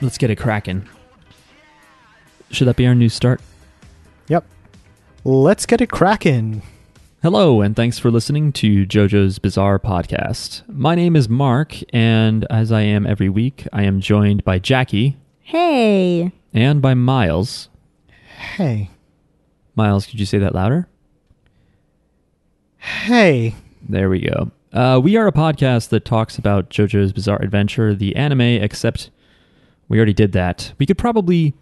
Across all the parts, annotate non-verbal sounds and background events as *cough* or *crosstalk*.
Let's get it cracking. Should that be our new start? Yep. Let's get it cracking. Hello, and thanks for listening to JoJo's Bizarre Podcast. My name is Mark, and as I am every week, I am joined by Jackie Hey. and by Miles. Hey. Miles, could you say that louder? Hey. There we go. Uh, we are a podcast that talks about JoJo's Bizarre Adventure, the anime, except we already did that. We could probably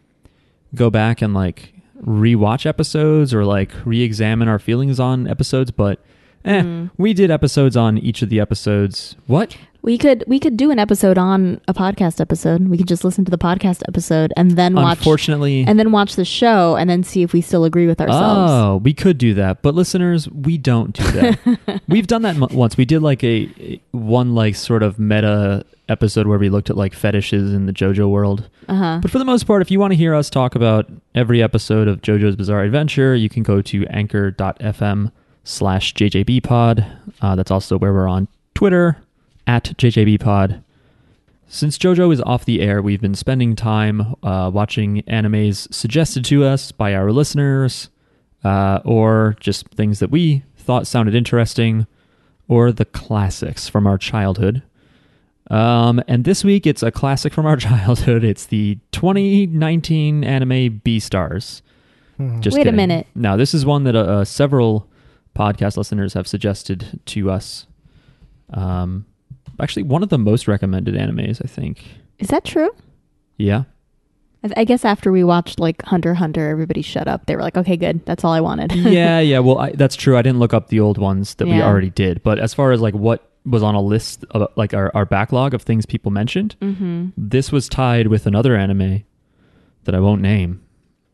go back and like rewatch episodes or like re examine our feelings on episodes, but eh, we did episodes on each of the episodes. What? We could we could do an episode on a podcast episode. We could just listen to the podcast episode and then watch Unfortunately. and then watch the show and then see if we still agree with ourselves. Oh, we could do that, but listeners, we don't do *laughs* that. We've done that mo- once. We did like a a- one like sort of meta episode where we looked at like fetishes in the JoJo world. Uh-huh. But for the most part, if you want to hear us talk about every episode of JoJo's Bizarre Adventure, you can go to anchor.fm slash jjbpod. Uh, that's also where we're on Twitter, at jjbpod. Since JoJo is off the air, we've been spending time uh, watching animes suggested to us by our listeners, uh, or just things that we thought sounded interesting, or the classics from our childhood. Um, and this week it's a classic from our *laughs* childhood. It's the 2019 anime B Stars. Just Wait a minute. Now this is one that uh, uh, several podcast listeners have suggested to us. Um, actually, one of the most recommended animes, I think. Is that true? Yeah, I, I guess after we watched like Hunter x Hunter, everybody shut up. They were like, "Okay, good. That's all I *laughs* wanted." yeah, yeah. Well, I, that's true. I didn't look up the old ones that we Yeah. already did, but as far as like what was on a list of like our, our backlog of things people mentioned, *laughs* mm-hmm. this was tied with another anime that I won't name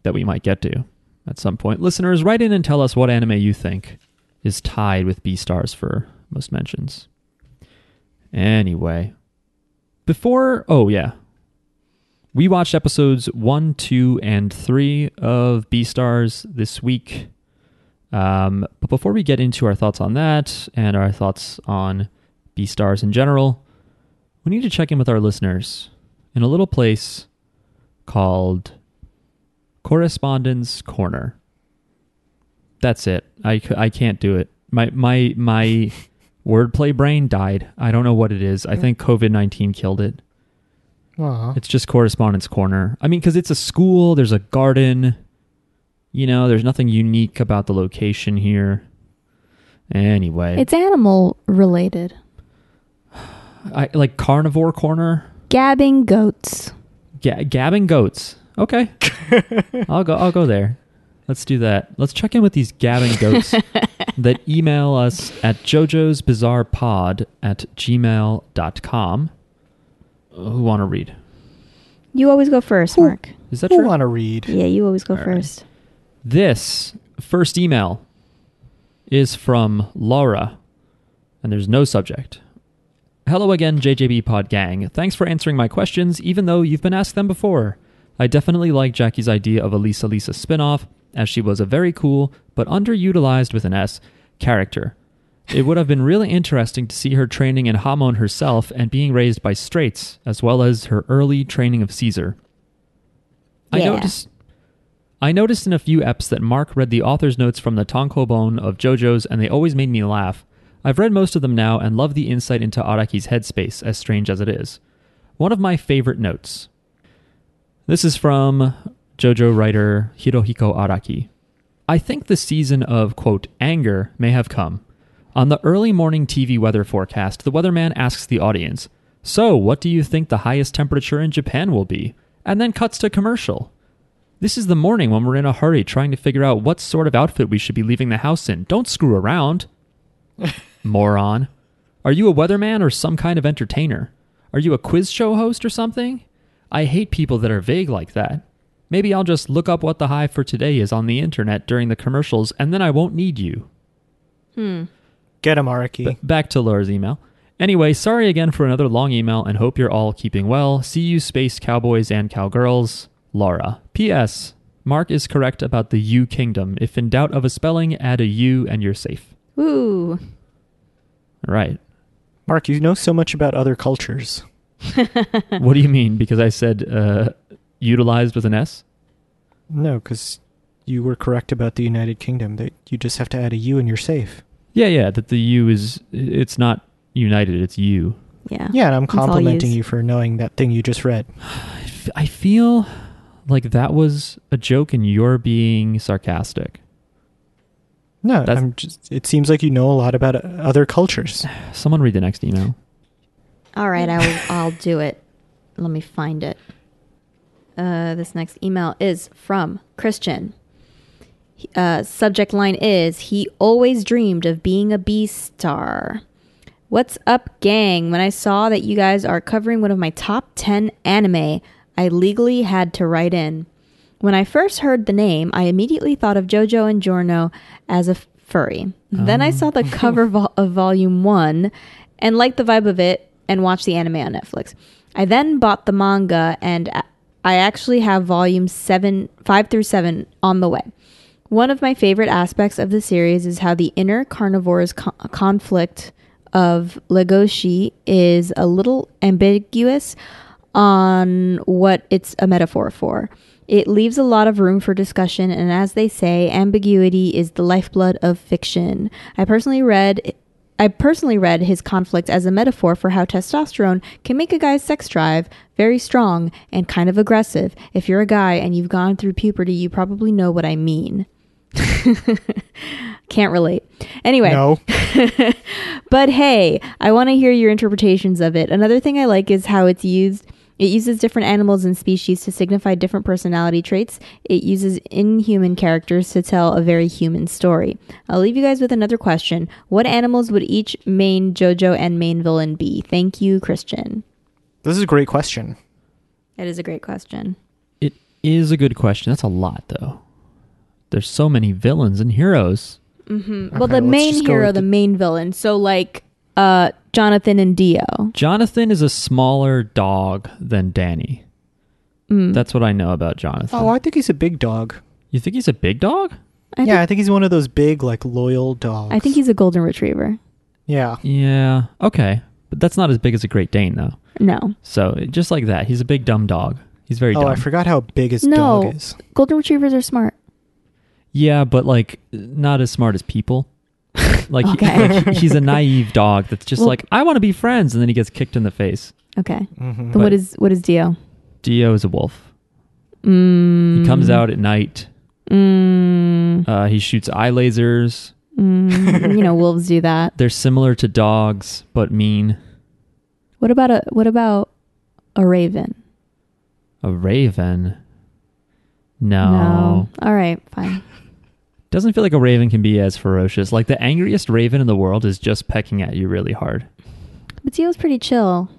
that we might get to at some point. Listeners, write in and tell us what anime you think is tied with B stars for most mentions. Anyway, before oh yeah. We watched episodes 1, 2 and 3 of B stars this week. Um, but before we get into our thoughts on that and our thoughts on B stars in general, we need to check in with our listeners in a little place called Correspondence Corner. That's it. I, c- I can't do it. My my my wordplay brain died. I don't know what it is. I think COVID nineteen killed it. Aw. It's just Correspondence Corner. I mean, because it's a school. There's a garden. You know, there's nothing unique about the location here. Anyway, It's animal related. I, like Carnivore Corner. Gabbing goats. Ga- gabbing goats. Okay, I'll go. I'll go there. Let's do that. Let's check in with these gabbing goats that email us at Jojo's Bizarre Pod at gmail.com. Who want to read? You always go first, Who- Mark. Is that Who true? want to read? Yeah, you always go All right. first. This first email is from Laura, and there's no subject. Hello again, JJB Pod Gang. Thanks for answering my questions, even though you've been asked them before. I definitely like Jackie's idea of a Lisa Lisa spinoff, as she was a very cool, but underutilized with an S, character. It would have been really interesting to see her training in Hamon herself and being raised by straights, as well as her early training of Caesar. I Yeah. noticed I noticed in a few eps that Mark read the author's notes from the Tonkobon of JoJo's, and they always made me laugh. I've read most of them now and love the insight into Araki's headspace, as strange as it is. One of my favorite notes. This is from JoJo writer Hirohiko Araki. I think the season of, quote, anger may have come. On the early morning TV weather forecast, the weatherman asks the audience, So, what do you think the highest temperature in Japan will be? And then cuts to commercial. This is the morning when we're in a hurry trying to figure out what sort of outfit we should be leaving the house in. Don't screw around. Moron. Are you a weatherman or some kind of entertainer? Are you a quiz show host or something? I hate people that are vague like that. Maybe I'll just look up what the high for today is on the internet during the commercials and then I won't need you. Get him, Araki. B- back to Laura's email. Anyway, sorry again for another long email and hope you're all keeping well. See you, space cowboys and cowgirls. Laura. P.S. Mark is correct about the U kingdom. If in doubt of a spelling, add a U and you're safe. Ooh. All right. Mark, you know so much about other cultures. what do you mean? Because I said uh, utilized with an S? No, because you were correct about the United Kingdom. That you just have to add a U and you're safe. Yeah, yeah. That the U is, it's not united, it's U. Yeah. Yeah, and I'm Oh, It's all complimenting U's. you for knowing that thing you just *gasps* read. I f- I feel like that was a joke and you're being sarcastic. No, That's- I'm just. It seems like you know a lot about uh, other cultures. Someone read the next email. All right, I will, I'll do it. Let me find it. Uh, this next email is from Christian. He- Uh, subject line is He always dreamed of being a B star. What's up, gang? When I saw that you guys are covering one of my top 10 anime, I legally had to write in. When I first heard the name, I immediately thought of JoJo and Giorno as a furry. Then I saw the cover vol- of Volume 1 and liked the vibe of it and watched the anime on Netflix. I then bought the manga and a- I actually have volumes 7 5 through 7 on the way. One of my favorite aspects of the series is how the inner carnivore's co- conflict of Legoshi is a little ambiguous on what it's a metaphor for. It leaves a lot of room for discussion, and as they say, ambiguity is the lifeblood of fiction. I personally read. I personally read his conflict as a metaphor for how testosterone can make a guy's sex drive very strong and kind of aggressive. If you're a guy and you've gone through puberty, you probably know what I mean. *laughs* Can't relate. *sighs* Anyway, No, but hey, I want to hear your interpretations of it. Another thing I like is how it's used. It uses different animals and species to signify different personality traits. It uses inhuman characters to tell a very human story. I'll leave you guys with another question. What animals would each main JoJo and main villain be? Thank you, Christian. this is a great question. That is a great question. It is a good question. That's a lot, though. There's so many villains and heroes. Mm, well, Mm, Okay, the let's main just go hero, with the the- main villain. So like uh Jonathan and Dio. Jonathan is a smaller dog than Danny. That's what I know about Jonathan. Mm. Oh, I think he's a big dog. you think he's a big dog? I yeah, think, I think he's one of those big, like loyal dogs. I think he's a golden retriever. Yeah, Yeah. Okay. But that's not as big as a Great Dane, though. No. So it- just like that, he's a big dumb dog. He's very Oh, dumb. I forgot how big his No. dog is. Golden retrievers are smart. yeah, but like not as smart as people. *laughs* like, he- Okay. like, he- he's a naive dog that's just Well- like I want to be friends, and then he gets kicked in the face. Okay. hmm Then But- what is what is Dio? Dio is a wolf. Mm, He comes out at night. Mm, Uh, he shoots eye lasers. mm, *laughs* you know, wolves do that. They're similar to dogs, but mean. What about a what about a raven? A raven? No. All right. Fine. Doesn't feel like a raven can be as ferocious. Like the angriest raven in the world is just pecking at you really hard. But Dio's pretty chill.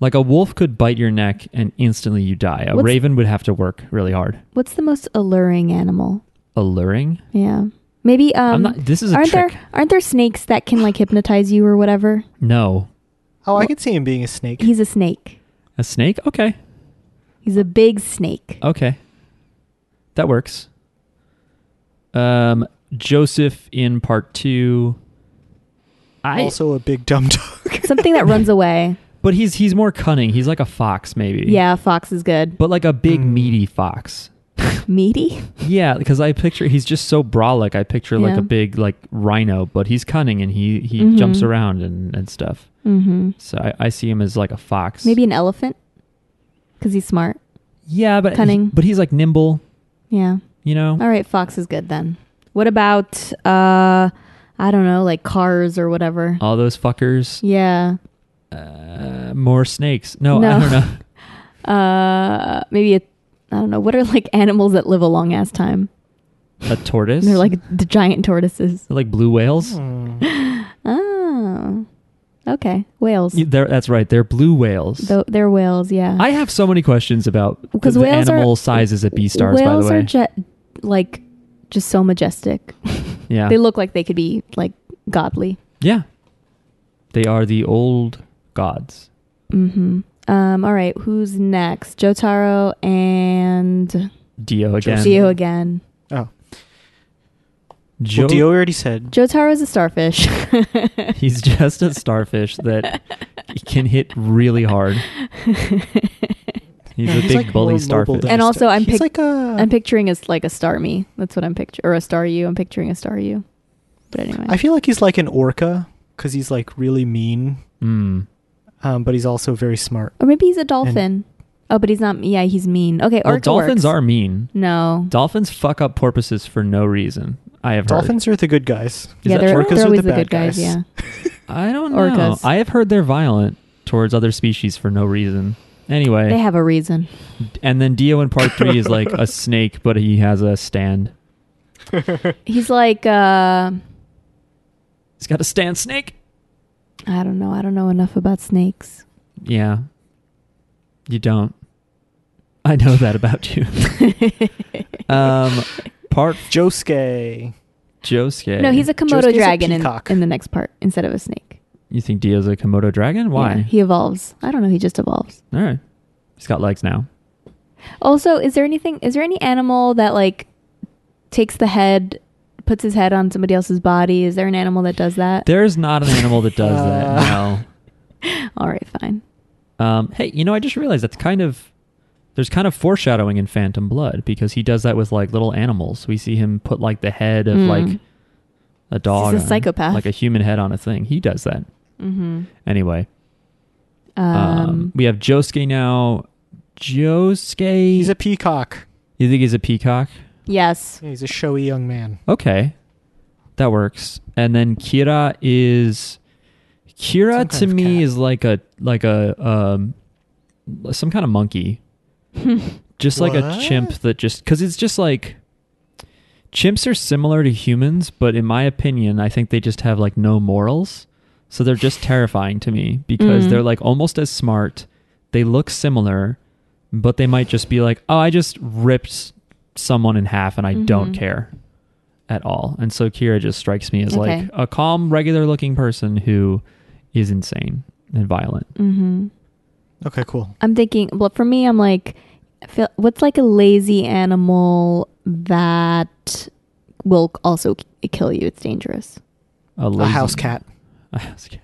Like a wolf could bite your neck and instantly you die. A What's- raven would have to work really hard. What's the most alluring animal? Alluring? Yeah. Maybe um. I'm not this is a aren't trick. there aren't there snakes that can like hypnotize you or whatever? No. Oh, I could see him being a snake. He's a snake. A snake? Okay. He's a big snake. Okay. That works. Um Joseph in part 2. I also a big dumb dog. *laughs* Something *laughs* that runs away. But he's he's more cunning. He's like a fox maybe. Yeah, a fox is good. But like a big Mm. meaty fox. *laughs* Meaty. Yeah, because I picture he's just so brolic. I picture like Yeah. a big like rhino, but he's cunning and he he Mhm. jumps around and and stuff. Mm-hmm. So I, I see him as like a fox. Maybe an elephant, because he's smart. yeah, but cunning. but he's like nimble, Yeah. you know. All right, Fox is good then. What about uh I don't know, like cars or whatever. All those fuckers. Yeah. Uh, more snakes. No, I No. don't know. *laughs* Uh maybe a I don't know. What are like animals that live a long ass time? A tortoise. They're like the giant tortoises. They're like blue whales. *laughs* *laughs* Hmm. Oh. Okay. Whales. Yeah, They're, that's right. They're blue whales. Tho- they're whales, yeah. I have so many questions about the, 'Cause the whales are- animal sizes at B stars. By whales the way, are ju- like just so majestic. yeah, *laughs* They look like they could be like godly. yeah, they are the old gods. Mhm. Um all right, who's next? Jotaro and Dio again. Geo again. Oh, Jo- well, Dio already said. Jotaro is *laughs* a starfish. He's just a starfish that can hit really hard. He's Yeah, a he's big like bully more mobile starfish. than And a also sta- I'm he's like pic- a. *laughs* I'm picturing as like a star me. That's what I'm picture or a star you. I'm picturing a star you. But anyway, I feel like he's like an orca because he's like really mean, Mm. um, but he's also very smart. or maybe he's a dolphin. oh, but he's not. Yeah, he's mean. Okay, Well, orca Oh, dolphins works. are mean. no. Dolphins fuck up porpoises for no reason. I have Dolphins are the good guys. Is yeah, that they're, true? they're Orcas are always the the, bad good guys. guys. Yeah. heard. I don't know. Orcas. I have heard they're violent towards other species for no reason. Anyway, They have a reason. and then Dio in part three is like a snake, but he has a stand. *laughs* He's like uh He's got a stand snake. I don't know. I don't know enough about snakes. Yeah. You don't. I know that about *laughs* you. um, part Josuke. Josuke. No, he's a Komodo Josuke's a dragon in, peacock. in the next part instead of a snake. You think Dio's a Komodo dragon? Why? Yeah, he evolves. I don't know. He just evolves. All right. He's got legs now. Also, is there anything? Is there any animal that like takes the head, puts his head on somebody else's body? Is there an animal that does that? There's not an animal that does Uh. that. *laughs* All right, fine. No. Um, hey, you know, I just realized that's kind of there's kind of foreshadowing in Phantom Blood because he does that with like little animals. We see him put like the head of Mm. like a dog, He's a on- psychopath. like a human head on a thing. He does that Mm-hmm. anyway. Um, Um, we have Josuke now. Josuke, He's a peacock. you think he's a peacock? yes. Yeah, he's a showy young man. Okay, that works. And then Kira is Some Kira kind to of me cat. is like a like a um some kind of *laughs* monkey, just like a What? chimp that just because it's just like chimps are similar to humans, but in my opinion, I think they just have like no morals. So they're just terrifying to me because Mm-hmm. Mm. they're like almost as smart. They look similar, but they might just be like, "Oh, I just ripped someone in half and I don't Mm-hmm. Mhm. care at all." And so Kira just strikes me as Okay. like a calm, regular-looking person who is insane and violent. Mm-hmm. Okay, cool. I'm thinking. Well, for me, I'm like, I feel, what's like a lazy animal that will also k- kill you? It's dangerous. A, A lazy- *laughs* house cat. A house cat.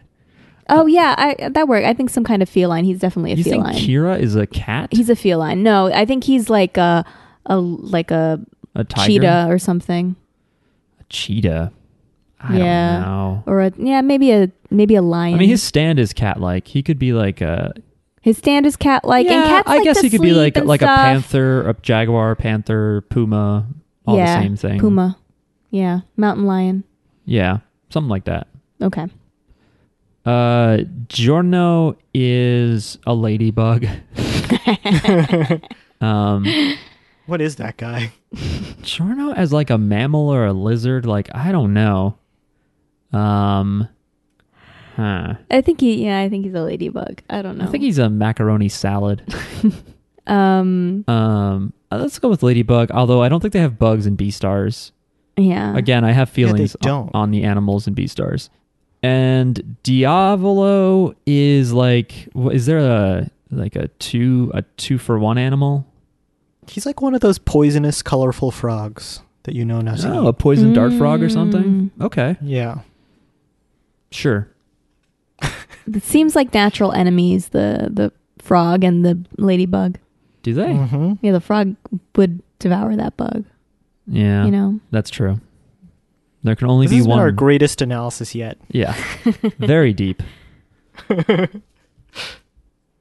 Oh yeah, I, that worked. I think some kind of feline. He's definitely a You think feline. Kira is a cat? He's a feline. No, I think he's like a a like a a tiger? cheetah or something, A cheetah. I Yeah. don't know. or a yeah maybe a maybe a lion. I mean, his stand is cat-like. He could be like a his stand is cat like, and Yeah, cats I like guess to he could be sleep like and like a stuff. panther, a jaguar, panther, puma, all yeah, the same thing. Puma, yeah, mountain lion. Yeah, something like that. Okay, Uh, Giorno is a ladybug. um, What is that guy? Giorno as like a mammal or a lizard, like I don't know. Um, huh. I think he yeah I think he's a ladybug. I don't know. I think he's a macaroni salad. um um, uh, let's go with ladybug. Although I don't think they have bugs in B stars. yeah Again, I have Yeah, they feelings o- don't. on the animals and B stars. And Diavolo is like, wh- is there a like a two a two for one animal? He's like one of those poisonous, colorful frogs that you know not to Oh, a poison dart frog or something. Mm. Okay, eat. Yeah. sure. it seems like natural enemies the the frog and the ladybug. Do they? hmm Yeah, the frog would devour that bug. Yeah, You know. that's true. There can only This be has been one. our greatest analysis yet. yeah, very deep. I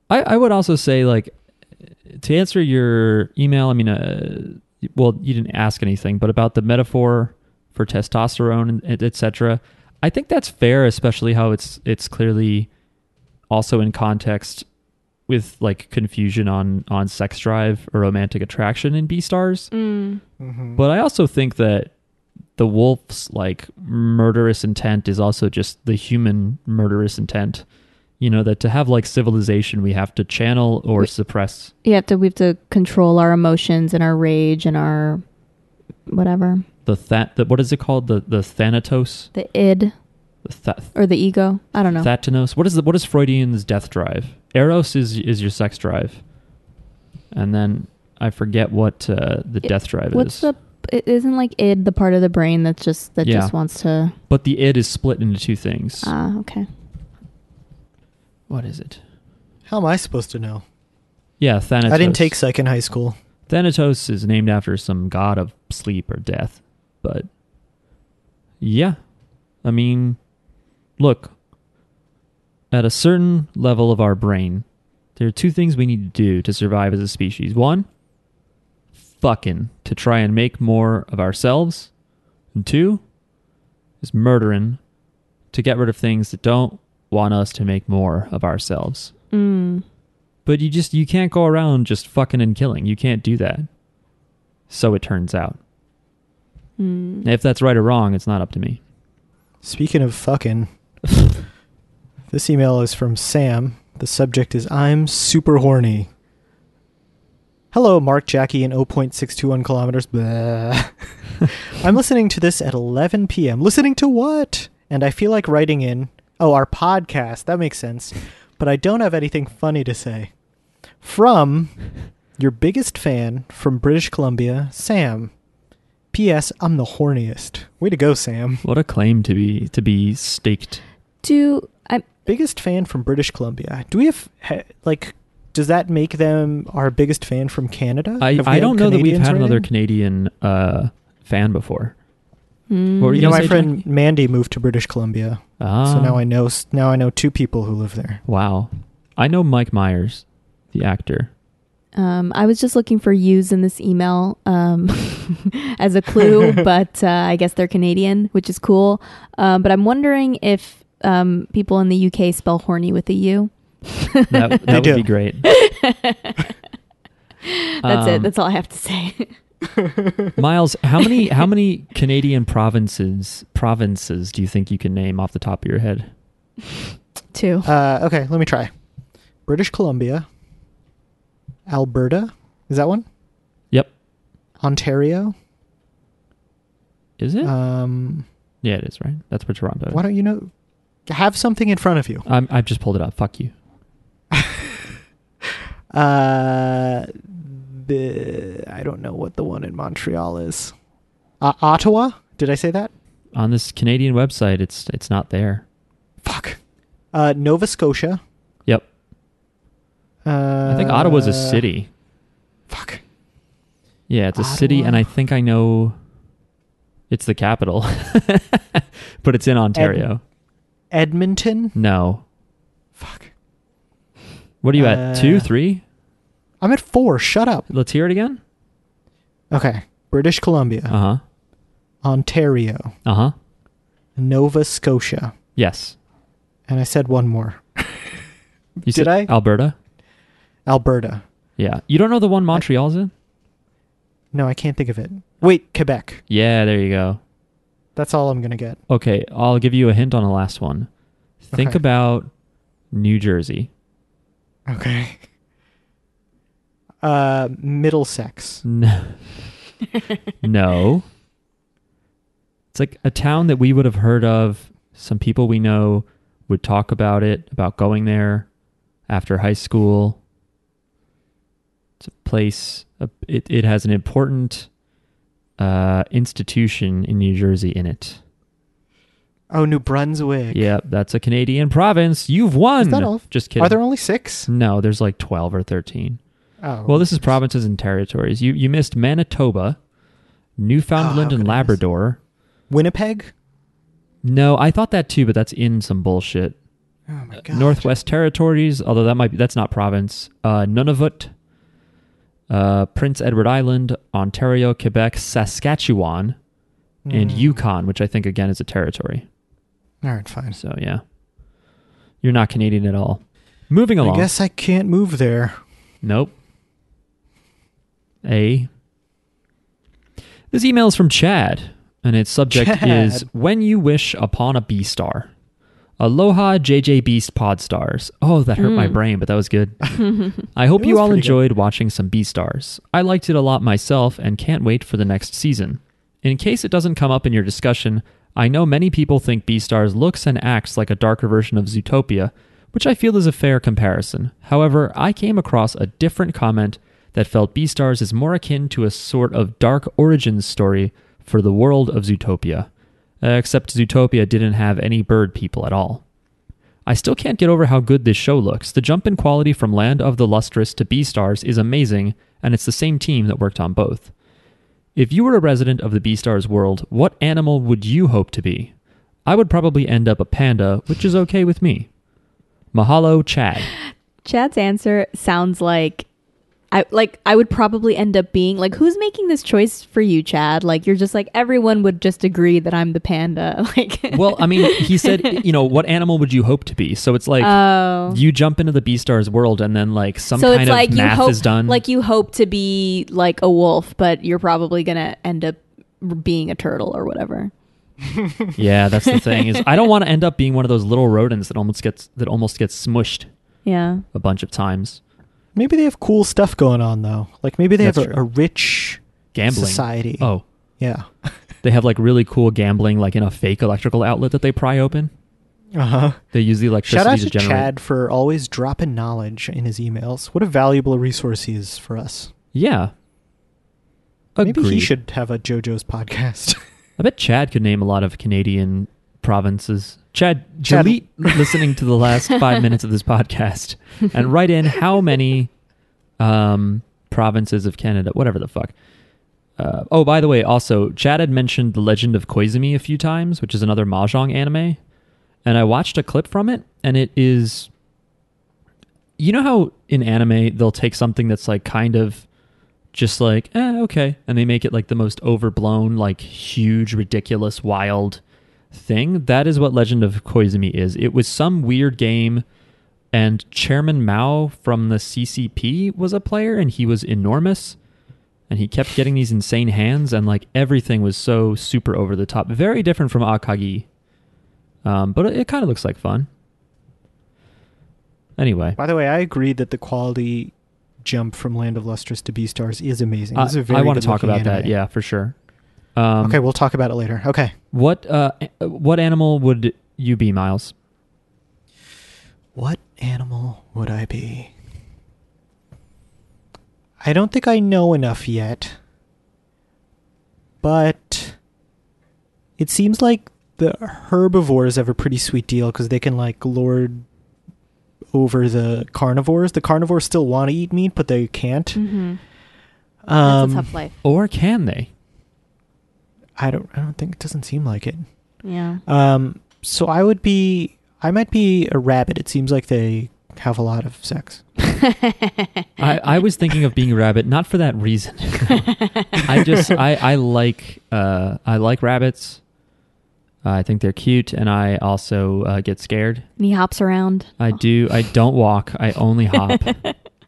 I would also say like to answer your email. I mean, uh, well, you didn't ask anything, but about the metaphor for testosterone and etc. I think that's fair, especially how it's it's clearly also in context with like confusion on on sex drive or romantic attraction in B stars. hmm But I also think that the wolf's like murderous intent is also just the human murderous intent. You know that to have like civilization, we have to channel or We- suppress. You have to we have to control our emotions and our rage and our whatever. the that the, what is it called the the thanatos The id the th- or the ego. I don't know. thatanos what is the what is freudian's death drive eros is is your sex drive and then i forget what uh, the It- death drive What's is the it isn't like id the part of the brain that's just that Yeah. just wants to but the id is split into two things ah okay. what is it How am I supposed to know? Yeah, Thanatos. I didn't take psych in high school. Thanatos is named after some god of sleep or death, but yeah, I mean, look, at a certain level of our brain, there are two things we need to do to survive as a species. One, fucking to try and make more of ourselves, and two, is murdering to get rid of things that don't want us to make more of ourselves. Mm. But you just you can't go around just fucking and killing. You can't do that. So it turns out. Mm. If that's right or wrong, it's not up to me. *laughs* Speaking of fucking, this email is from Sam. The subject is I'm super horny. Hello, Mark, Jackie, oh and 0.621 kilometers. Blah. *laughs* I'm listening to this at 11 p.m. Listening to what? And I feel like writing in. Oh, our podcast. That makes sense. But I don't have anything funny to say. From your biggest fan from British Columbia, Sam. P.S. I'm the horniest. Way to go, Sam. What a claim to be to be staked. Do I? biggest fan from British Columbia. Do we have ha, like? Does that make them our biggest fan from Canada? I, Have we I had don't know that we've Canadians had write another in? Canadian uh, fan before. Mm. What were You know, gonna my say, friend Jackie? Mandy moved to British Columbia, Ah, so now I know. s- Now I know two people who live there. Wow, I know Mike Myers, the *laughs* actor. Um, I was just looking for U's in this email um, *laughs* as *laughs* a clue, but uh, I guess they're Canadian, which is cool. Um, but I'm wondering if um, people in the UK spell horny with a U. That, that would do. be great. *laughs* That's Um, it. That's all I have to say. *laughs* Miles, how many how many Canadian provinces provinces do you think you can name off the top of your head? Two. Uh, okay, let me try. British Columbia, Alberta, is that one? Yep. Ontario. Is it? Um, yeah, Uh, it is. Right. That's where Toronto. Is. why don't you know? Have something in front of you. I'm, I've just pulled it up. Fuck you. Uh, the I don't know what the one in Montreal is. Uh, Ottawa? Did I say that? On this Canadian website, it's it's not there. Fuck. Uh, Nova Scotia. Yep. Uh, I think Ottawa's a city. Fuck. Yeah, it's a city, Ottawa. and I think I know. It's the capital, *laughs* but it's in Ontario. Edmonton. no. Fuck. What are you at? Two, Uh, three? I'm at four. Shut up. Let's hear it again. Okay. British Columbia, Uh huh. Ontario, Uh huh. Nova Scotia, Yes. and I said one more. You Did said I? Alberta. Alberta. Yeah. You don't know the one Montreal's in? No, I can't think of it. Wait, Quebec. Yeah, there you go. That's all I'm gonna get. Okay, I'll give you a hint on the last one. Think Okay. about New Jersey. Okay. Uh, Middlesex. No. no. It's like a town that we would have heard of. Some people we know would talk about it, about going there after high school. It's a place, a- it, it has an important uh, institution in New Jersey in it. Oh, New Brunswick. Yep, that's a Canadian province. You've won. Is that all? Just kidding. Are there only six? no, there's like 12 or 13. Oh. Well, this is provinces and territories. You you missed Manitoba, Newfoundland, Oh, how and could I miss- Labrador. Winnipeg. No, I thought that too, but that's in some bullshit. Oh my god. Uh, Northwest Territories, although that might be that's not province. Uh, Nunavut, uh, Prince Edward Island, Ontario, Quebec, Saskatchewan, and Mm. Yukon, which I think again is a territory. All right, fine. So yeah, you're not Canadian at all. Moving along. I guess I can't move there. Nope. A. This email is from Chad, and its subject Chad. is When You Wish Upon a B Star. Aloha, JJ Beast Pod Stars. Oh, that hurt my brain, but that was good. I hope It you was all pretty good. enjoyed watching some B Stars. I liked it a lot myself and can't wait for the next season. In case it doesn't come up in your discussion, I know many people think B Stars looks and acts like a darker version of Zootopia, which I feel is a fair comparison. However, I came across a different comment that felt B Stars is more akin to a sort of dark origins story for the world of Zootopia. Uh, except Zootopia didn't have any bird people at all. I still can't get over how good this show looks. The jump in quality from Land of the Lustrous to B Stars is amazing, and it's the same team that worked on both. If you were a resident of the B Stars world, what animal would you hope to be? I would probably end up a panda, which is okay with me. Mahalo, *laughs* Chad. Chad's answer sounds like I like I would probably end up being like who's making this choice for you, Chad? Like you're just like everyone would just agree that I'm the panda. *laughs* Like *laughs* Well, I mean, he said, you know, what animal would you hope to be? So it's like Oh. you jump into the B Stars world, and then like some so kind it's of like you math hope is done. like you hope to be like a wolf, but you're probably going to end up being a turtle or whatever. yeah, that's the thing is *laughs* I don't want to end up being one of those little rodents that almost gets that almost gets smushed Yeah. a bunch of times. Maybe they have cool stuff going on though. Like maybe they That's have true. a, a rich Gambling society. Oh, yeah. *laughs* they have like really cool gambling, like in a fake electrical outlet that they pry open. Uh huh. They use the electricity Shout out to generate. Chad for always dropping knowledge in his emails. What a valuable resource he is for us. Yeah. Maybe he Agreed. should have a JoJo's podcast. *laughs* I bet Chad could name a lot of Canadian provinces. Chad, Chad- delete listening to the last five minutes of this podcast and write in how many um, provinces of Canada, whatever the fuck. Uh, oh, by the way, also, Chad had mentioned The Legend of Koizumi a few times, which is another Mahjong anime. And I watched a clip from it, and it is. You know how in anime they'll take something that's like kind of just like, eh, okay. And they make it like the most overblown, like huge, ridiculous, wild thing. That is what Legend of Koizumi is. It was some weird game, and Chairman Mao from the CCP was a player, and he was enormous. And he kept getting these insane hands, and like everything was so super over the top. Very different from Akagi. Um, but it, it kind of looks like fun. Anyway. By the way, I agree that the quality jump from Land of Lustrous to Beastars is amazing. I- This is a very I want to good talk looking about that. anime. Yeah, for sure. Um, okay, we'll talk about it later. Okay. What uh, a- what animal would you be, Miles? What animal would I be? I don't think I know enough yet. But it seems like the herbivores have a pretty sweet deal because they can like lord over the carnivores. The carnivores still want to eat meat, but they can't. Mhm. That's Um, a tough life. Or can they? I don't. I don't think it doesn't seem like it. Yeah. Um, so I would be. I might be a rabbit. It seems like they have a lot of *laughs* sex. I, I was thinking of being a rabbit, not for that reason. *laughs* I just I, I like uh, I like rabbits. I think they're cute, and I also uh, get scared. And he hops around. I *laughs* do. I don't walk. I *laughs* only hop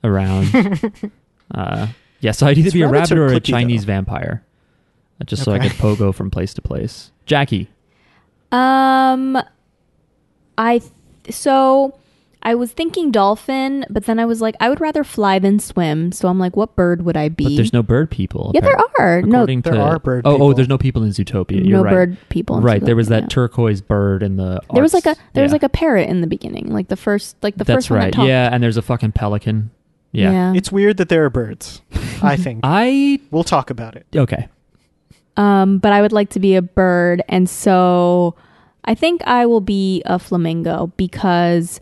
around. Uh, yeah, so I'd either These be a rabbits rabbit are or a clicky, though. Chinese vampire, Uh, just so I Okay. could pogo from place to place. Jackie, Um, I th- so I was thinking dolphin, but then I was like, I would rather fly than swim. So I'm like, what bird would I be? but there's no bird people. yeah, there apparently. are no According There to- are bird oh, Oh, people. there's no people in Zootopia. You're no right. bird people. in right. There was Zootopia, that yeah. turquoise bird in the. There was like arts. a there was Yeah. like a parrot in the beginning, like the first like the That's first right. one that talked. Yeah, and there's a fucking pelican. Yeah. It's weird that there are birds. I think I we'll talk about it. okay. Um, but I would like to be a bird, and so I think I will be a flamingo because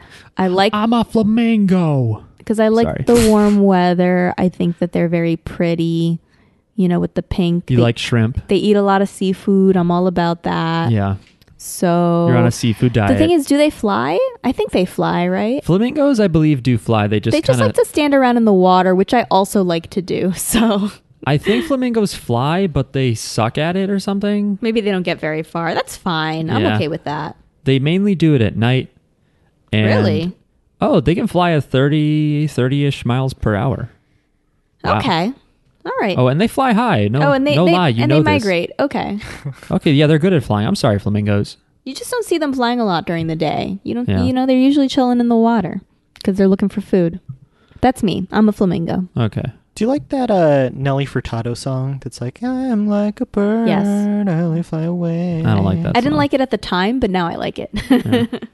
*gasps* I like I'm a flamingo. because I like Sorry. *laughs* the warm weather. I think that they're very pretty, you know, with the pink. You They- like shrimp? they eat a lot of seafood. I'm all about that. Yeah. So You're on a seafood diet. Uh, the thing is, do they fly? I think they fly, right? flamingos, I believe, do fly. They just they just kind of. like to stand around in the water, which I also like to do. *laughs* So I think flamingos fly, but they suck at it or something. maybe they don't get very far. That's fine. I'm Yeah. okay with that. They mainly do it at night. And, Really? Oh, they can fly a 30 30ish miles per hour. Wow. Okay. All right. Oh, and they fly high. No, Oh, and they, no they lie. You and know they this. migrate. Okay. Okay, yeah, they're good at flying. I'm sorry, flamingos. You just don't see them flying a lot during the day. You don't. Yeah. You know, they're usually chilling in the water because they're looking for food. That's me. I'm a flamingo. Okay. Do you like that uh, Nelly Furtado song? That's like I'm like a bird. Yes. I only fly away. I don't like that. I didn't song. like it at the time, but now I like it. *laughs*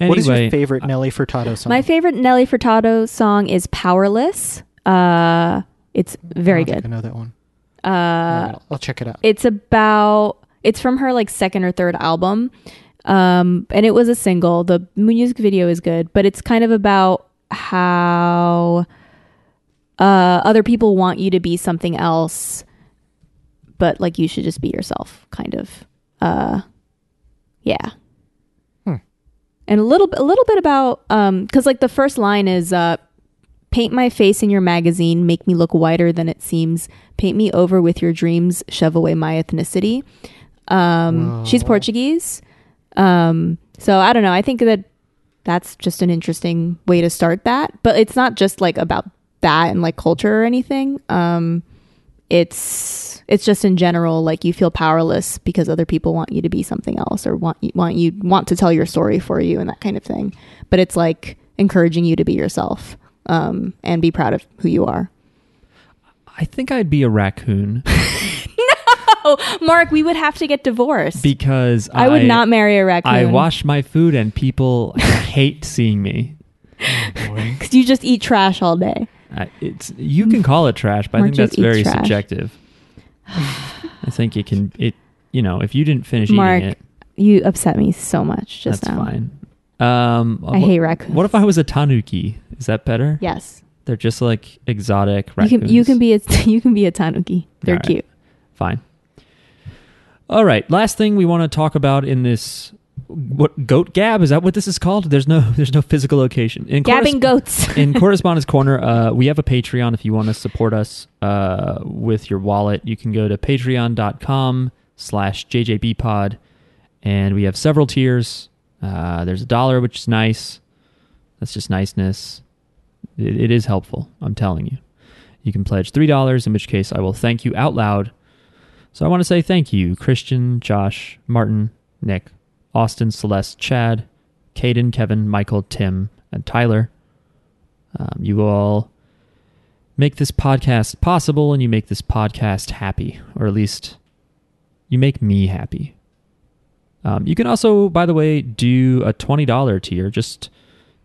Anyway, What is your favorite Nelly Furtado song? My favorite Nelly Furtado song is "Powerless." Uh, it's very I don't think I good. know that one. Uh, I'll- I'll check it out. it's about it's from her like second or third album Um, and it was a single. The music video is good, but it's kind of about how uh, other people want you to be something else, but like you should just be yourself, kind of. Uh, yeah. Hmm. And a little, a little bit about um, because like the first line is uh, Paint my face in your magazine, make me look whiter than it seems. Paint me over with your dreams, shove away my ethnicity. Um, she's Wow. Portuguese. Um, so I don't know. I think that that's just an interesting way to start that. But it's not just like about that and like culture or anything. Um, it's it's just in general like you feel powerless because other people want you to be something else or want you want you want to tell your story for you and that kind of thing. But it's like encouraging you to be yourself um, and be proud of who you are. I think I'd be a *laughs* raccoon Oh, Mark, we would have to get divorced. because I would not marry a raccoon. I wash my food and people *laughs* hate seeing me. Boy. because you just eat trash all day. I, Uh, it's you can call it trash, but I think Mark, you that's eat very trash. *sighs* subjective. I think it can it you know if you didn't finish Mark, eating it, you upset me so much just that's now. fine. Um, I wh- hate raccoons. What if I was a tanuki? Is that better? Yes, they're just like exotic raccoons. you can. You can be a. *laughs* You can be a tanuki. They're All right. cute. Fine. All right. Last thing we want to talk about in this what goat gab is that what this is called? There's no there's no physical location. In Gabbing corres- goats. in correspondence corner, uh, we have a Patreon. If you want to support us uh, with your wallet, you can go to patreon.com slash jjbpod. And we have several tiers. Uh, there's a dollar, which is nice. That's just niceness. It, it is helpful. I'm telling you. You can pledge $3, in which case I will thank you out loud. So I want to say thank you, Christian, Josh, Martin, Nick, Austin, Celeste, Chad, Caden, Kevin, Michael, Tim, and Tyler. Um, you all make this podcast possible and you make this podcast happy, or at least you make me happy. Um, you can also, by the way, do a $20 tier. Just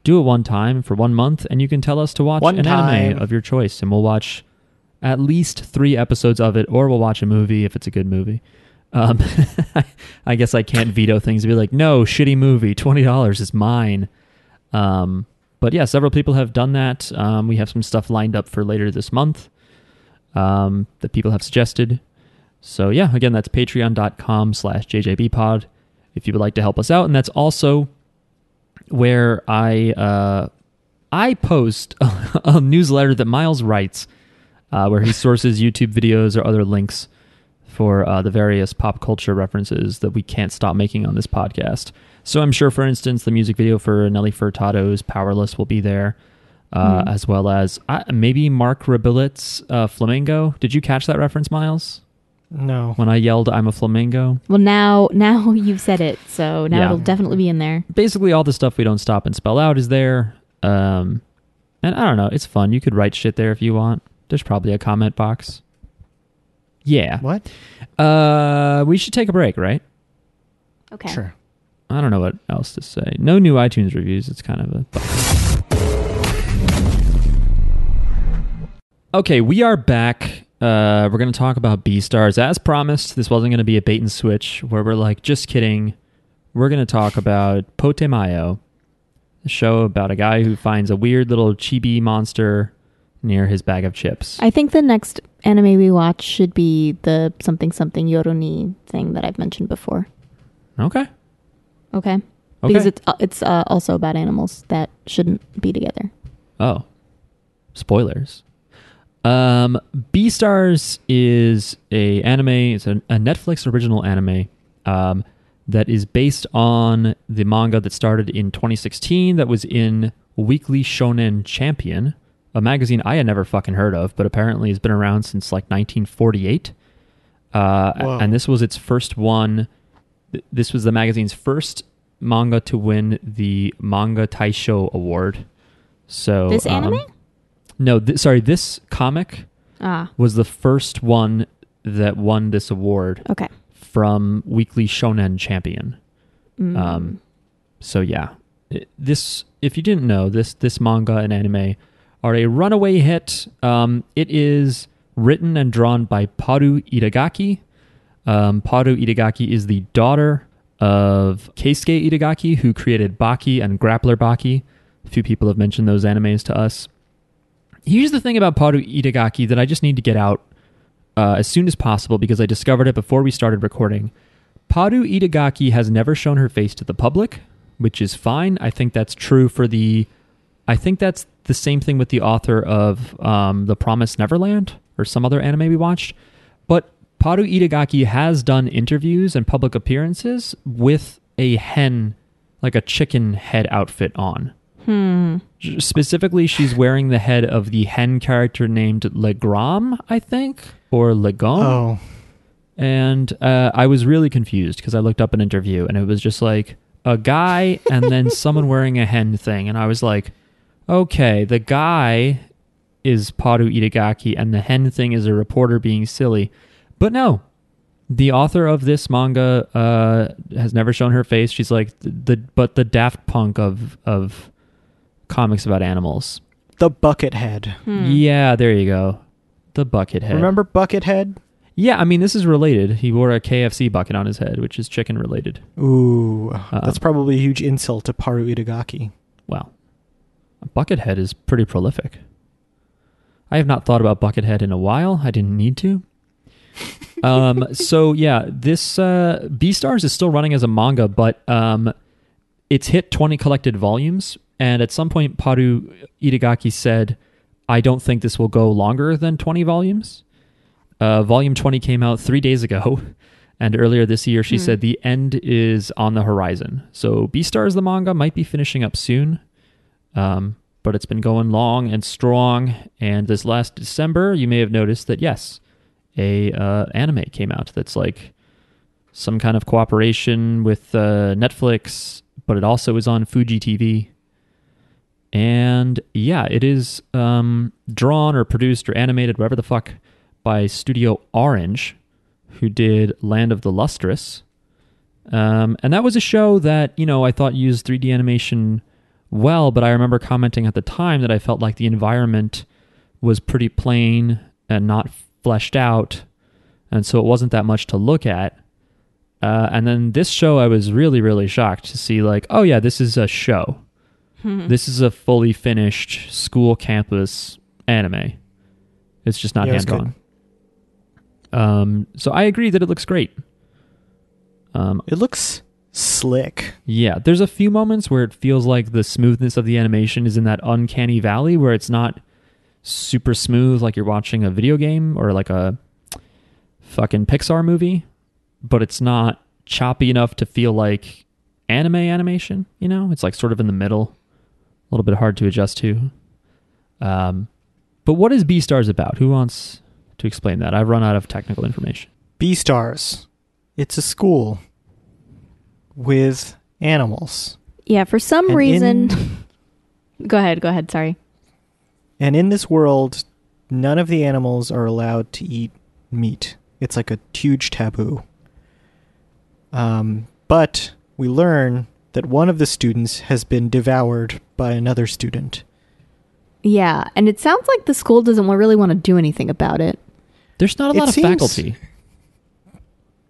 do it one time for one month, and you can tell us to watch One an anime time. of your choice, and we'll watch at least three episodes of it, or we'll watch a movie if it's a good movie. Um, *laughs* I guess I can't veto things and be like, no, shitty movie, twenty dollars is mine. Um, but yeah, several people have done that. Um, we have some stuff lined up for later this month um, that people have suggested. So yeah, again, that's patreon.com slash jjbpod if you would like to help us out. And that's also where I uh, I post *laughs* a, newsletter that Miles writes uh, where he sources YouTube videos or other links for uh, the various pop culture references that we can't stop making on this podcast. So I'm sure, for instance, the music video for Nelly Furtado's Powerless will be there, uh, as well as uh, maybe Mark Rabillet's uh, Flamingo. Did you catch that reference, Miles? No. When I yelled, I'm a flamingo? Well, now *laughs* now you've said it, so now Yeah. it'll definitely be in there. basically all the stuff we don't stop and spell out is there. Um, and I don't know, it's fun. You could write shit there if you want. There's probably a comment box. Yeah. What? Uh, we should take a break, right? Okay. Sure. I don't know what else to say. No new iTunes reviews. It's kind of a. Okay, we are back. Uh, we're going to talk about B stars as promised. This wasn't going to be a bait and switch where we're like, just kidding. We're going to talk about Potemayo, a show about a guy who finds a weird little chibi monster near his bag of chips. I think the next anime we watch should be the something something Yoroni thing that I've mentioned before. okay. Okay. Okay. Because it's uh, it's uh, also about animals that shouldn't be together. Oh, spoilers. Um, B Stars is a anime. It's an, a Netflix original anime um, that is based on the manga that started in 2016. That was in Weekly Shonen Champion, a magazine I had never fucking heard of, but apparently has been around since like 1948. Uh, Whoa. and this was its first one. th- This was the magazine's first manga to win the Manga Taisho Award. So This um, anime? no, th- sorry, this comic Ah. was the first one that won this award Okay. from Weekly Shonen Champion. Mm. Um, so yeah, It- this if you didn't know this this manga and anime are a runaway hit. Um, it is written and drawn by Paru Itagaki. Um, Paru Itagaki is the daughter of Keisuke Itagaki, who created Baki and Grappler Baki. A few people have mentioned those animes to us. Here's the thing about Paru Itagaki that I just need to get out uh, as soon as possible because I discovered it before we started recording. Paru Itagaki has never shown her face to the public, which is fine. I think that's true for the. I think that's the same thing with the author of um, The Promised Neverland or some other anime we watched. But Paru Itagaki has done interviews and public appearances with a hen, like a chicken head outfit on. Hmm. Specifically, she's wearing the head of the hen character named Legram, I think, or Legom Oh, and uh, I was really confused because I looked up an interview and it was just like a guy and then someone wearing a hen thing, and I was like, okay, the guy is Paru Itagaki and the hen thing is a reporter being silly, but no. The author of this manga uh, has never shown her face. She's like the but the Daft Punk of of comics about animals. the bucket head. Hmm. Yeah, there you go. The Buckethead. Remember bucket head? Yeah, I mean, this is related. He wore a KFC bucket on his head, which is chicken related. Ooh, Um, that's probably a huge insult to Paru Itagaki. Wow. Buckethead is pretty prolific. I have not thought about Buckethead in a while. I didn't need to. um, so, yeah, this uh, Beastars is still running as a manga, but um, it's hit 20 collected volumes. And at some point, Paru Itagaki said, I don't think this will go longer than 20 volumes. Uh, volume 20 came out three days ago. And earlier this year, she said the end is on the horizon. So, Beastars, the manga, might be finishing up soon. Um, but it's been going long and strong. And this last December, you may have noticed that, yes, a uh, anime came out that's like some kind of cooperation with uh, Netflix, but it also is on Fuji TV. And yeah, it is um, drawn or produced or animated, whatever the fuck, by Studio Orange, who did Land of the Lustrous. Um, and that was a show that, you know, I thought used 3D animation well, but I remember commenting at the time that I felt like the environment was pretty plain and not fleshed out. And so it wasn't that much to look at. Uh, and then this show, I was really, really shocked to see, like, oh, yeah, this is a show. This is a fully finished school campus anime. It's just not Yeah, it's hand drawn. Um, so I agree that it looks great. Um, It looks slick. yeah, there's a few moments where it feels like the smoothness of the animation is in that uncanny valley where it's not super smooth like you're watching a video game or like a fucking Pixar movie, but it's not choppy enough to feel like anime animation, you know? It's like sort of in the middle, a little bit hard to adjust to. Um, but what is Beastars about? Who wants to explain that? I've run out of technical information. B stars. It's a school with animals. Yeah, for some And reason. in- *laughs* go ahead, go ahead. Sorry. *laughs* And in this world, none of the animals are allowed to eat meat. It's like a huge taboo. Um, but we learn that one of the students has been devoured by another student. Yeah, and it sounds like the school doesn't wa- really want to do anything about it. There's not a It lot of seems- faculty.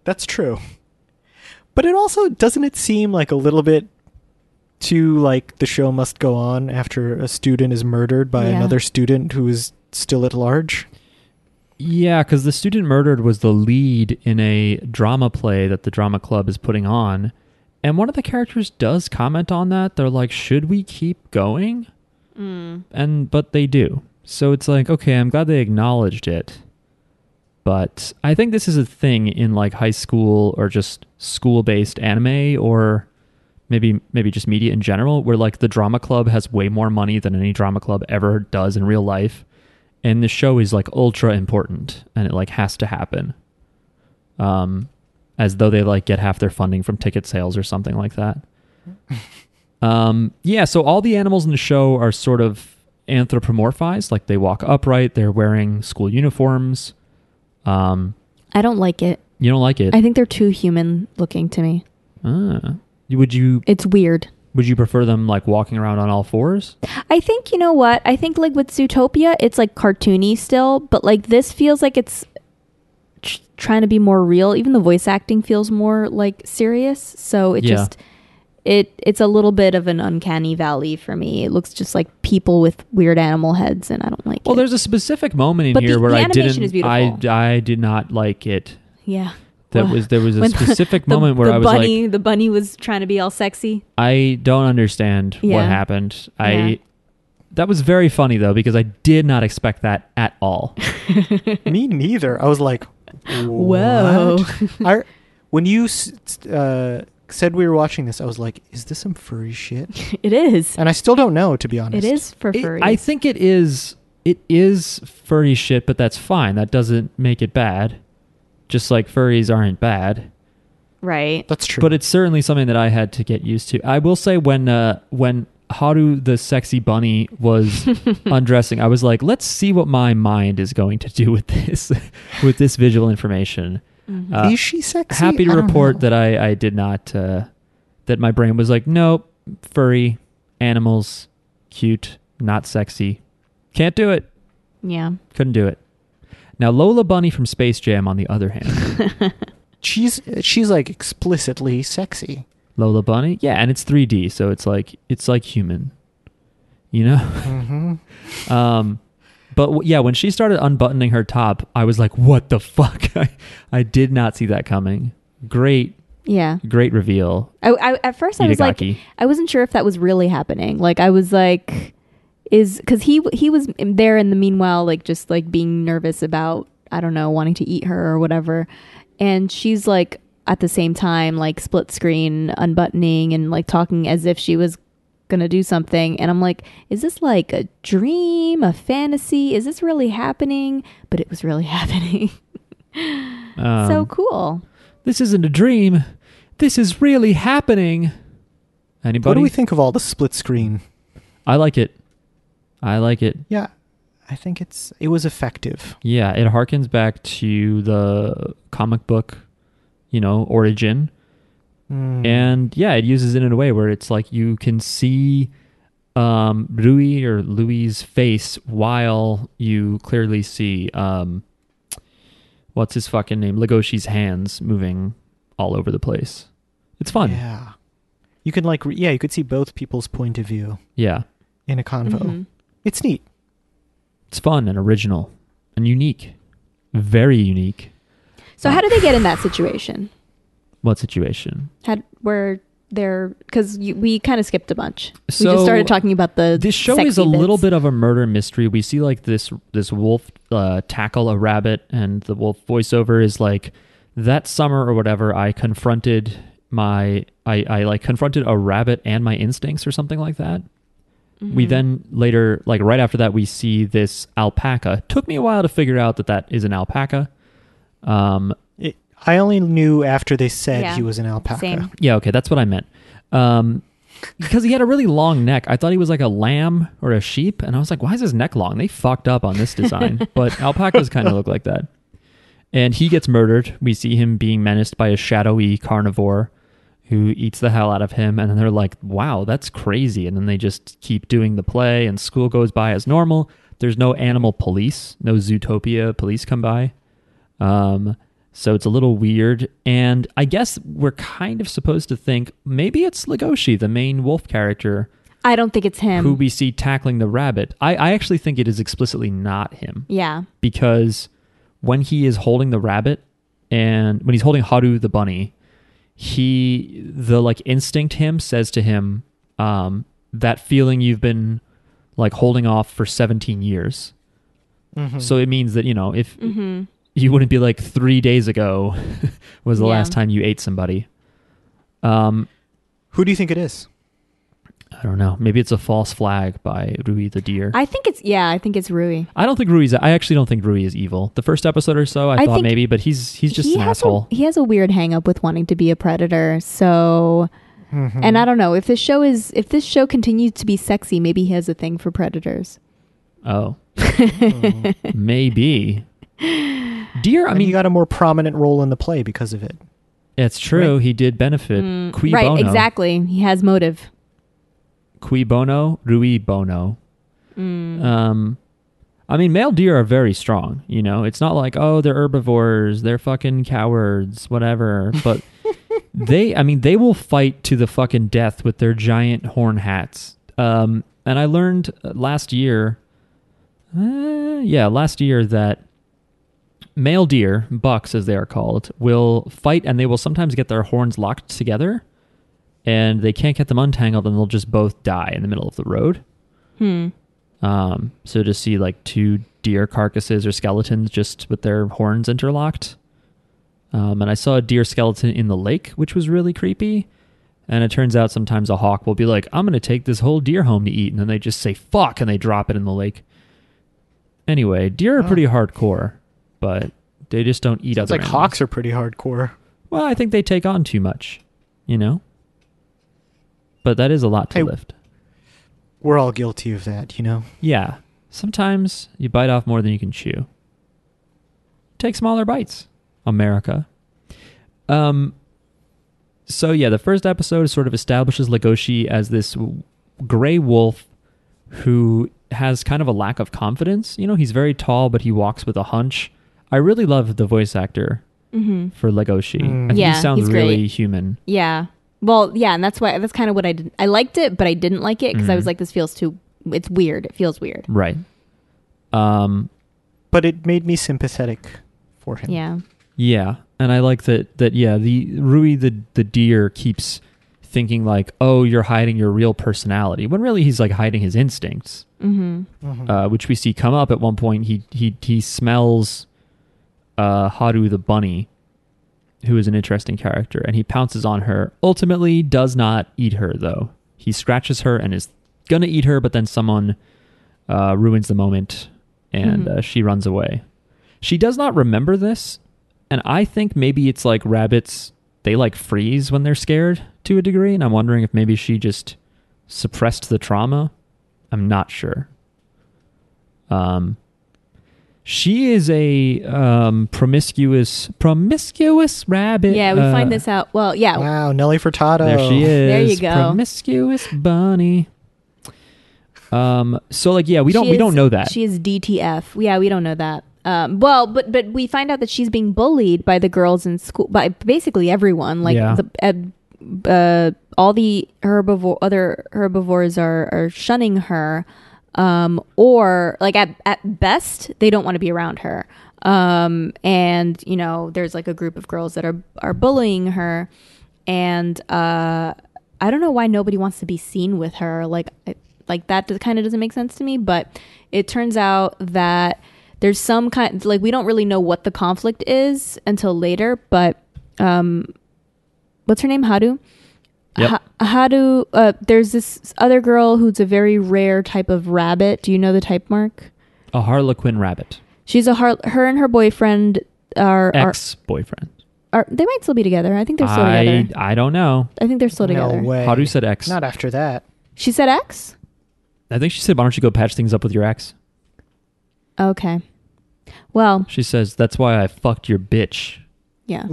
That's true. But it also doesn't it seem like a little bit too like the show must go on after a student is murdered by Yeah. another student who is still *laughs* at large? Yeah, because the student murdered was the lead in a drama play that the drama club is putting on. And one of the characters does comment on that. They're like, should we keep going? And but they do. So it's like, okay, I'm glad they acknowledged it. But I think this is a thing in like high school or just school based anime or maybe maybe just media in general, where like the drama club has way more money than any drama club ever does in real life, and the show is like ultra important, and it like has to happen, um, as though they like get half their funding from ticket sales or something like that. um, yeah, so all the animals in the show are sort of anthropomorphized, like they walk upright, they're wearing school uniforms. Um, I don't like it. you don't like it? I think they're too human looking to me. Ah. Would you It's weird. would you prefer them like walking around on all fours? I think you know what? I think like with Zootopia, it's like cartoony still, but like this feels like it's ch- trying to be more real. Even the voice acting feels more like serious. So it Yeah. just it it's a little bit of an uncanny valley for me. It looks just like people with weird animal heads, and I don't like Well, it. there's a specific moment in But the- here where the I animation didn't. is beautiful. I I did not like it. yeah. That Ugh. was there was a When *laughs* the- specific the- moment where the I was bunny, like, the bunny was trying to be all sexy. *laughs* I don't understand what Yeah. happened. I Yeah. that was very funny though because I did not expect that at all. Me neither. I was like, Whoa. what? I, when you s- s- uh, said we were watching this, I was like, is this some furry shit? *laughs* it is. And I still don't know, to be It honest. is *laughs* for It- furries. I think it is it is furry shit, but that's fine. That doesn't make it bad. Just like furries aren't bad. right. That's true. But uh, it's certainly something that I had to get used to. I will say when uh, when Haru the sexy bunny *laughs* was undressing, I was like, let's see what my mind is going to do with this *laughs* with this visual information. Mhm. uh, is she sexy? Happy to I don't report know. that I I did not uh, that my brain was like, nope, furry animals, cute, not sexy, can't do it, yeah. couldn't do it. Now Lola Bunny from Space Jam, on the other hand, *laughs* she's she's like explicitly sexy. Lola Bunny, yeah, and it's 3D, so it's like it's like human, you know. hmm Um, but w- yeah, when she started unbuttoning her top, I was like, "What the fuck?" *laughs* I, I did not see that coming. Great, Yeah. great reveal. I, I at first I was like, Itagaki. I wasn't sure if that was really happening. Like I was like, is because he he was there in the meanwhile, like just like being nervous about I don't know wanting to eat her or whatever, and she's like at the same time like split screen unbuttoning and like talking as if she was gonna do something and i'm like is this like a dream a fantasy is this really happening but it was really *laughs* happening Um, so cool This isn't a dream. This is really happening. Anybody? What do we think of all the split screen? I like it. I like it. Yeah, I think it's it was effective. Yeah, it harkens back to the comic book, you know, origin. Mm. And yeah, it uses it in a way where it's like you can see um Rui or Louis' face while you clearly see um what's his fucking name? Legoshi's hands moving all over the place. It's fun. Yeah. Yeah, you can like re- yeah, you could see both people's point of view in a convo. Mhm. It's neat. It's fun and original and unique. Very unique. so how did they get in that situation What situation? had where they're because we kind of skipped a bunch. we So, just started talking about the this show is sexy a little bits. bit of a murder mystery. We see like this this wolf uh, tackle a rabbit, and the wolf voiceover is like, "That summer or whatever, I confronted my I, I like confronted a rabbit and my instincts or something like that." Mm-hmm. We then later like right after that we see this alpaca. Took me a while to figure out that that is an alpaca. Um, It, I only knew after they said Yeah. he was an alpaca. Same. Yeah, okay, that's what I meant. Um, because he had a really long neck. I thought he was like a lamb or a sheep, and I was like, why is his neck long? They fucked up on this design. but alpacas kind of look like that. And he gets murdered. We see him being menaced by a shadowy carnivore who eats the hell out of him. And then they're like, wow, that's crazy. And then they just keep doing the play, and school goes by as normal. There's no animal police, no Zootopia police come by. Um, so it's a little weird. And I guess we're kind of supposed to think maybe it's Legoshi, the main wolf character, I don't think it's him. who we see tackling the rabbit. I, I actually think it is explicitly not him yeah, because when he is holding the rabbit and when he's holding Haru the bunny, he the like instinct him says to him, um, that feeling you've been like holding off for 17 years. Mhm. So it means that, you know, if hmm you wouldn't be like three days ago *laughs* was the Yeah. last time you ate somebody. Um, Who do you think it is? I don't know. Maybe it's a false flag by Rui the deer. I, I think it's yeah. I think it's Rui. don't think Rui's. I actually don't think Rui is evil. The first episode or so, I, I thought think maybe, but he's he's just he an has asshole. A, he has a weird hang up with wanting to be a predator. So, and I don't know if this show is if this show continues to be sexy, maybe he has a thing for predators. oh, *laughs* maybe deer. I I mean, mean, he got a more prominent role in the play because of it. it's true. He did benefit. Qui Mm, right? bono. Exactly. He has motive. Qui bono, Rui bono. Um, I mean, male deer are very strong. You know, it's not like oh they're herbivores, they're fucking cowards, whatever. But they, I mean, they will fight to the fucking death with their giant horn hats. Um, and I learned last year, uh, yeah, last year that male deer, bucks as they are called, will fight and they will sometimes get their horns locked together, and they can't get them untangled, and they'll just both die in the middle of the road. Hmm. Um, so to see like two deer carcasses or skeletons just with their horns interlocked. Um, and I saw a deer skeleton in the lake, which was really creepy. And it turns out sometimes a hawk will be like, I'm going to take this whole deer home to eat. And then they just say, fuck, and they drop it in the lake. Anyway, deer are Oh. pretty hardcore, but they just don't eat Sounds other like animals. hawks are pretty hardcore. Well, I think they take on too much, you know? But that is a lot to Hey, lift. We're all guilty of that, you know. Yeah. Sometimes you bite off more than you can chew. Take smaller bites, America. Um so yeah, the first episode sort of establishes Legoshi as this w- gray wolf who has kind of a lack of confidence. You know, he's very tall but he walks with a hunch. I really love the voice actor Mm-hmm. for Legoshi. I Mm. think Yeah, he sounds he's great. really human. Yeah. Well, yeah, and that's why that's kind of what I did. I liked it, but I didn't like it because I was Mhm. like, this feels too. It's weird. It feels weird. Right. Um But it made me sympathetic for him. Yeah. Yeah, and I like that. That yeah, the Rui the the deer keeps thinking like, oh, you're hiding your real personality, when really he's like hiding his instincts, Mm-hmm. Mhm. uh, which we see come up at one point. He he he smells uh, Haru the bunny, who is an interesting character, and he pounces on her. Ultimately, does not eat her though. He scratches her and is gonna eat her, but then someone uh, ruins the moment, and Mhm. uh, she runs away. She does not remember this, and I think maybe it's like rabbits. They like freeze when they're scared to a degree, and I'm wondering if maybe she just suppressed the trauma. I'm not sure. Um, she is a um, promiscuous promiscuous rabbit. Yeah, we Uh, find this out. Well, yeah, Wow, Nelly Furtado. There she is. There you go. Promiscuous bunny. Um. So like, yeah, we don't She we don't is- know that. she is DTF. Yeah, we don't know that. Um, well, but but we find out that she's being bullied by the girls in school, by basically everyone. Like Yeah. the, uh, uh, all the herbivore, other herbivores are are shunning her, um, or like at at best they don't want to be around her. Um, and you know, there's like a group of girls that are are bullying her, and uh, I don't know why nobody wants to be seen with her. Like, I- like that kind of doesn't make sense to me. But it turns out that there's some kind like we don't really know what the conflict is until later. But um, what's her name? Haru. Yep. Ha- Haru. Uh, there's this other girl who's a very rare type of rabbit. Do you know the type mark? a Harlequin rabbit, She's a har- her and her boyfriend are, are, ex boyfriend. are they might still be together. I think they're still I together. I don't know. I think they're still no together. way. Haru said X. I Not after that. She said X. think she said, "Why don't you go patch things up with your ex?" Okay. Well, She says, "That's why I fucked your bitch." yeah.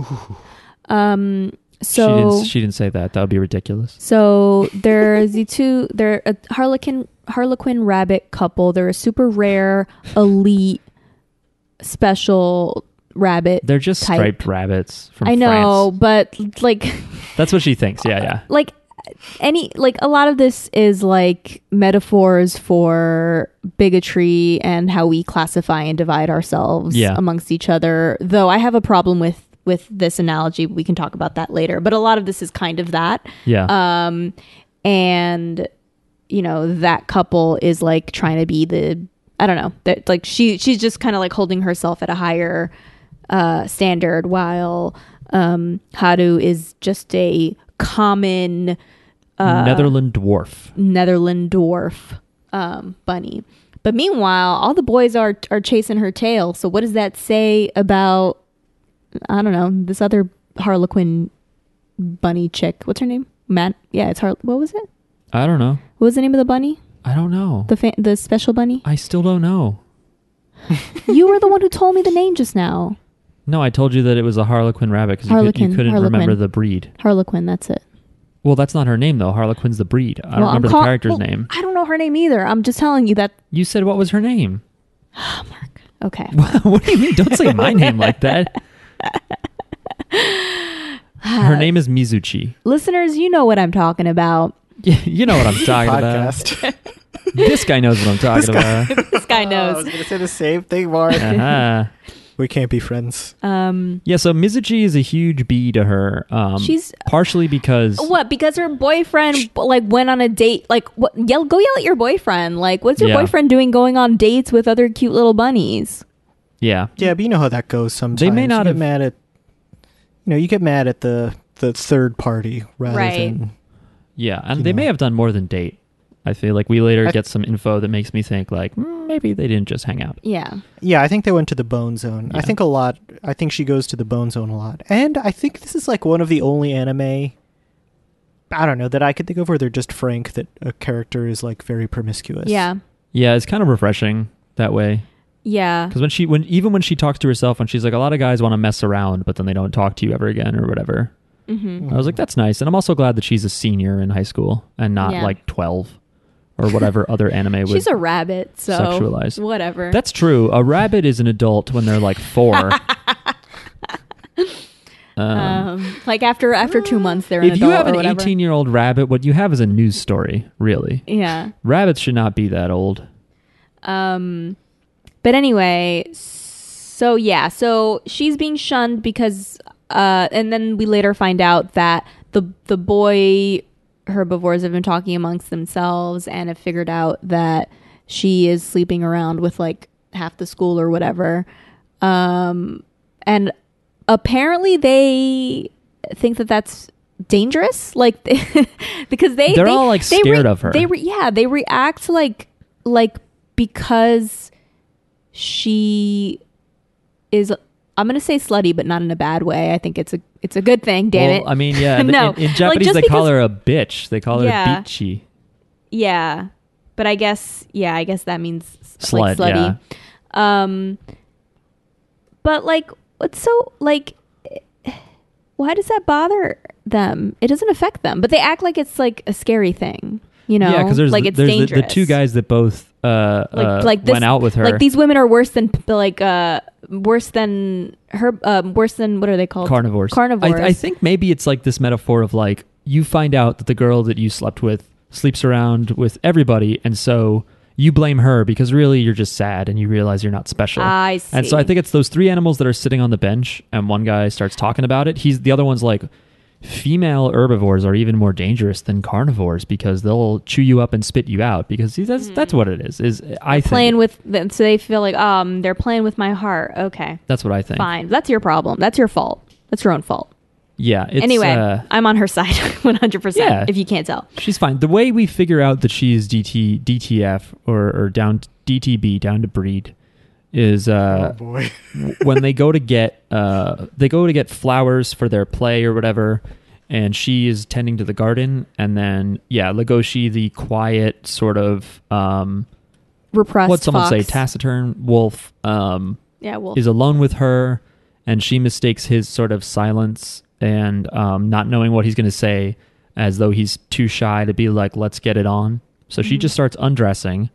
Um. she So didn't, she didn't say that. That would be ridiculous. so there's the two. They're a harlequin harlequin rabbit couple. They're a super rare, elite, special rabbit. They're just Type. striped rabbits from I know, but like, France. That's what she thinks. Yeah, yeah. like any like a lot of this is like metaphors for bigotry and how we classify and divide ourselves Yeah. amongst each other. Though I have a problem with with this analogy. We can talk about that later. But a lot of this is kind of that. Yeah. Um, and you know that couple is like trying to be the I don't know that like she she's just kind of like holding herself at a higher uh, standard while um, Haru is just a common uh, Netherland dwarf. Netherland dwarf um, bunny. But meanwhile, all the boys are are chasing her tail. So what does that say about I don't know this other Harlequin bunny chick? What's her name? Matt? Yeah, it's Har. What was it? I don't know. What was the name of the bunny? I don't know. The fa- the special bunny? I still don't know. you were the one who told me the name just now. No, I told you that it was a Harlequin rabbit because you, could, you Harlequin, couldn't remember Harlequin. the breed. Harlequin. That's it. Well, that's not her name though. Harlequin's the breed. I don't Well, I'm remember call- the character's well, name. I don't know her name either. I'm just telling you that You said what was her name? *laughs* Ah, Mark. Okay. what do you mean? Don't say *laughs* my name like that. Uh, Her name is Mizuchi. Listeners, you know what I'm talking about. Y- You know what *laughs* I'm talking about. podcast. *laughs* This guy knows what I'm talking guy. *laughs* about. this I guy was knows. gonna say the same thing, Mark. Uh-huh. we can't be friends. Um, Yeah, so Mizuchi is a huge B to her. Um, She's- partially because what? Because her boyfriend like went on a date. Like, what? Yell, go yell at your boyfriend. Like, what's your Yeah. boyfriend doing going on dates with other cute little bunnies? yeah, Yeah, but you know how that goes. Sometimes not you have- get mad at. You know, you get mad at the the third party rather Right. than. yeah, and You they know. may have done more than date. I feel like we later I- get some info that makes me think like mm, maybe they didn't just hang out. Yeah. Yeah, I think they went to the bone zone. I Yeah. think a lot. I think she goes to the bone zone a lot, and I think this is like one of the only anime. I don't know that I could think of where they're just frank that a character is like very promiscuous. Yeah. Yeah, it's kind of refreshing that way Yeah. because when she when even when she talks to herself and she's like a lot of guys want to mess around but then they don't talk to you ever again or whatever. Mm-hmm. I was like that's nice, and I'm also glad that she's a senior in high school and not Yeah. like 12 or whatever other anime was. She's a rabbit, so sexualize. whatever. That's true. A rabbit is an adult when they're like *laughs* four. um, um, like after after two months they're an if adult you have or an whatever. 18 year old rabbit, what you have is a news story, really. yeah. Rabbits should not be that old. Um, but anyway, so yeah, so she's being shunned because, uh, and then we later find out that the the boy herbivores have been talking amongst themselves and have figured out that she is sleeping around with like half the school or whatever. Um, and apparently they think that that's dangerous like *laughs* because they They're they- all, like, they scared of her. they re- yeah they react like like because she is i'm gonna say slutty but not in a bad way i think it's a it's a good thing damn well, it I *laughs* mean, yeah. No. In, in Like, Japanese, just they call because- her a bitch. They call her Yeah. a beachy. yeah but i guess yeah i guess that means s- Slut, like slutty um but like it's so like why does that bother them it doesn't affect them but they act like it's like a scary thing you know yeah, because there's, like the- it's there's the- dangerous the, two guys that both uh, like uh, like this, went out with her. Like these women are worse than p- like uh worse than her um, worse than what are they called? carnivores. Carnivores. I, I think maybe it's like this metaphor of like you find out that the girl that you slept with sleeps around with everybody, and so you blame her because really you're just sad and you realize you're not special. I And so I see. think it's those three animals that are sitting on the bench, and one guy starts talking about it. He's the other one's like. Female herbivores are even more dangerous than carnivores because they'll chew you up and spit you out. Because see, that's that's what it is. Is I think Hmm. playing with them, so they feel like um they're playing with my heart. Okay, that's what I think. fine. That's your problem. That's your fault. That's your own fault. Yeah. It's, anyway, uh, I'm on her *laughs* side, 100. Yeah. percent If you can't tell, She's fine. The way we figure out that she's DT DTF or, or down DTB down to breed is uh, boy. w- when they go to get uh, they go to get flowers for their play or whatever, and she is tending to the garden, and then yeah, Legoshi, the quiet sort of um, repressed. what someone say fox. taciturn wolf um, Yeah, well, is alone with her, and she mistakes his sort of silence and um, not knowing what he's going to say as though he's too shy to be like, let's get it on. So she just starts undressing.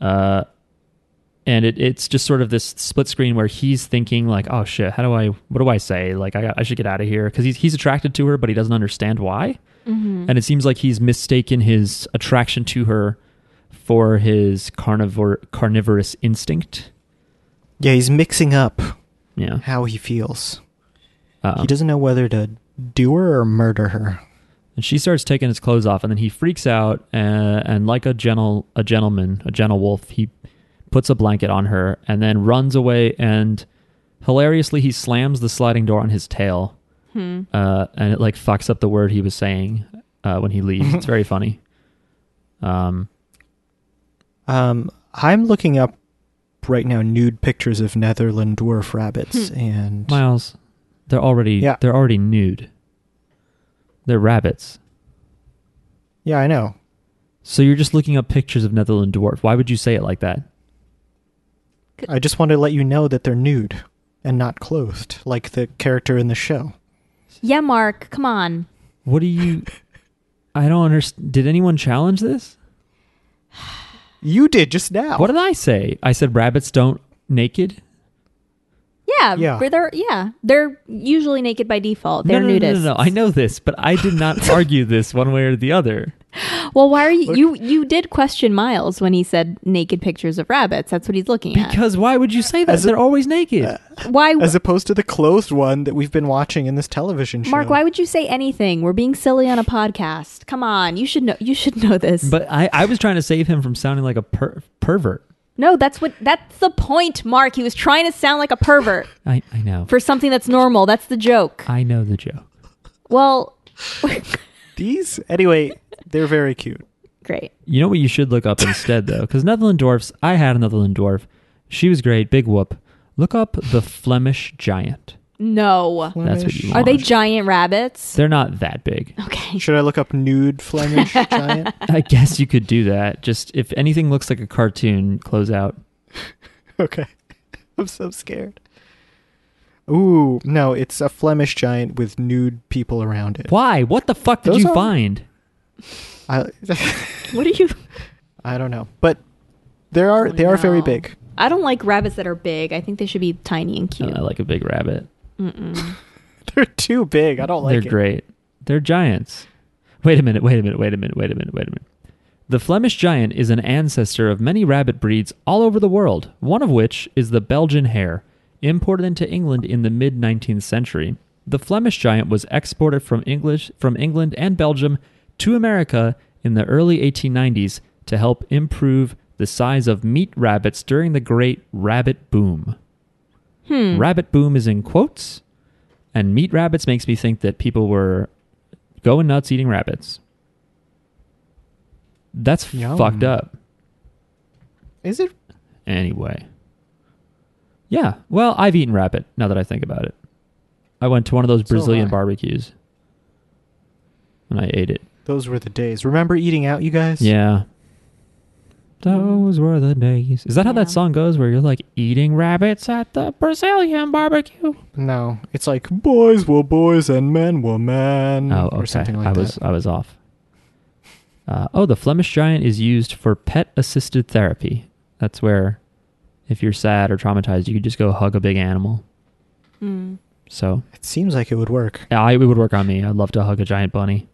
Uh, and it, it's just sort of this split screen where he's thinking like, "Oh shit, how do I? What do I say? Like, I, I should get out of here because he's he's attracted to her, but he doesn't understand why. And it seems like he's mistaken his attraction to her for his carnivore carnivorous instinct. Yeah, he's mixing up Yeah, Um, how he feels. Uh-oh. He doesn't know whether to do her or murder her. And she starts taking his clothes off, and then he freaks out, uh, and like a gentle a gentleman, a gentle wolf, he puts a blanket on her, and then runs away. And hilariously, he slams the sliding door on his tail, uh, and it like fucks up the word he was saying uh, when he leaves. it's very funny. Um, Um, I'm looking up right now nude pictures of Netherland dwarf rabbits, Hmm. and Miles, they're already Yeah. they're already nude. They're rabbits. yeah, I know. So you're just looking up pictures of Netherland dwarf. Why would you say it like that? I just want to let you know that they're nude and not clothed, like the character in the show. yeah, Mark, come on. What do you? I don't understand. Did anyone challenge this? You did just now. What did I say? I said rabbits don't naked. Yeah, Yeah. but They're, yeah, they're usually naked by default. No, They're no, no, no, nudists. no, I know this, but I did *laughs* not argue this one way or the other. Well, why are you, Look- you? You did question Miles when he said naked pictures of rabbits. That's what he's looking at. Because why would you say that? As a- They're always naked. why, As opposed to the closed one that we've been watching in this television show. Mark? Why would you say anything? We're being silly on a podcast. Come on, you should know. You should know this. but I, I was trying to save him from sounding like a per- pervert. no, that's what. That's the point, Mark. He was trying to sound like a pervert I, I know. for something that's normal. That's the joke. I know the joke. Well, These? Anyway, they're very cute. great. You know what you should look up instead, *laughs* though? Because Netherland Dwarfs, I had a Netherland Dwarf. She was great. Big whoop. Look up the Flemish giant. No, That's what you are they want. giant rabbits? They're not that big. Okay. *laughs* Should I look up nude Flemish giant? I guess you could do that. Just if anything looks like a cartoon, close out. *laughs* Okay. I'm so scared. Ooh, no, it's a Flemish giant with nude people around it. Why? What the fuck did Those you are- find? *laughs* I, What are you? I don't know. But there are they are very No. big. *laughs* I don't like rabbits that are big. I think they should be tiny and I cute. Uh, like a big rabbit. Mm-mm. They're too big. I don't like They're it. great. They're giants. Wait a minute, wait a minute, wait a minute, wait a minute, wait a minute. The Flemish giant is an ancestor of many rabbit breeds all over the world, one of which is the Belgian hare. Imported into England in the mid 19th century, the Flemish giant was exported from English from England and Belgium to America in the early 1890s to help improve the size of meat rabbits during the great rabbit boom. Mm. Rabbit boom is in quotes and meat rabbits makes me think that people were going nuts eating rabbits. That's Yum. fucked up. Is it Anyway. Yeah. Well, I've eaten rabbit now that I think about it. I went to one of those So have Brazilian I. barbecues and I ate it. those were the days. Remember eating out, you guys? Yeah. Those were the days. Is that how Yeah. that song goes where you're like eating rabbits at the Brazilian barbecue? No. It's like boys were boys and men were men Oh, okay. or something like I that. was I was off. Uh, oh, the Flemish giant is used for pet-assisted therapy. That's where, if you're sad or traumatized, you could just go hug a big animal. Mm. So It seems like it would work. yeah, I, it would work on me. I'd love to hug a giant bunny,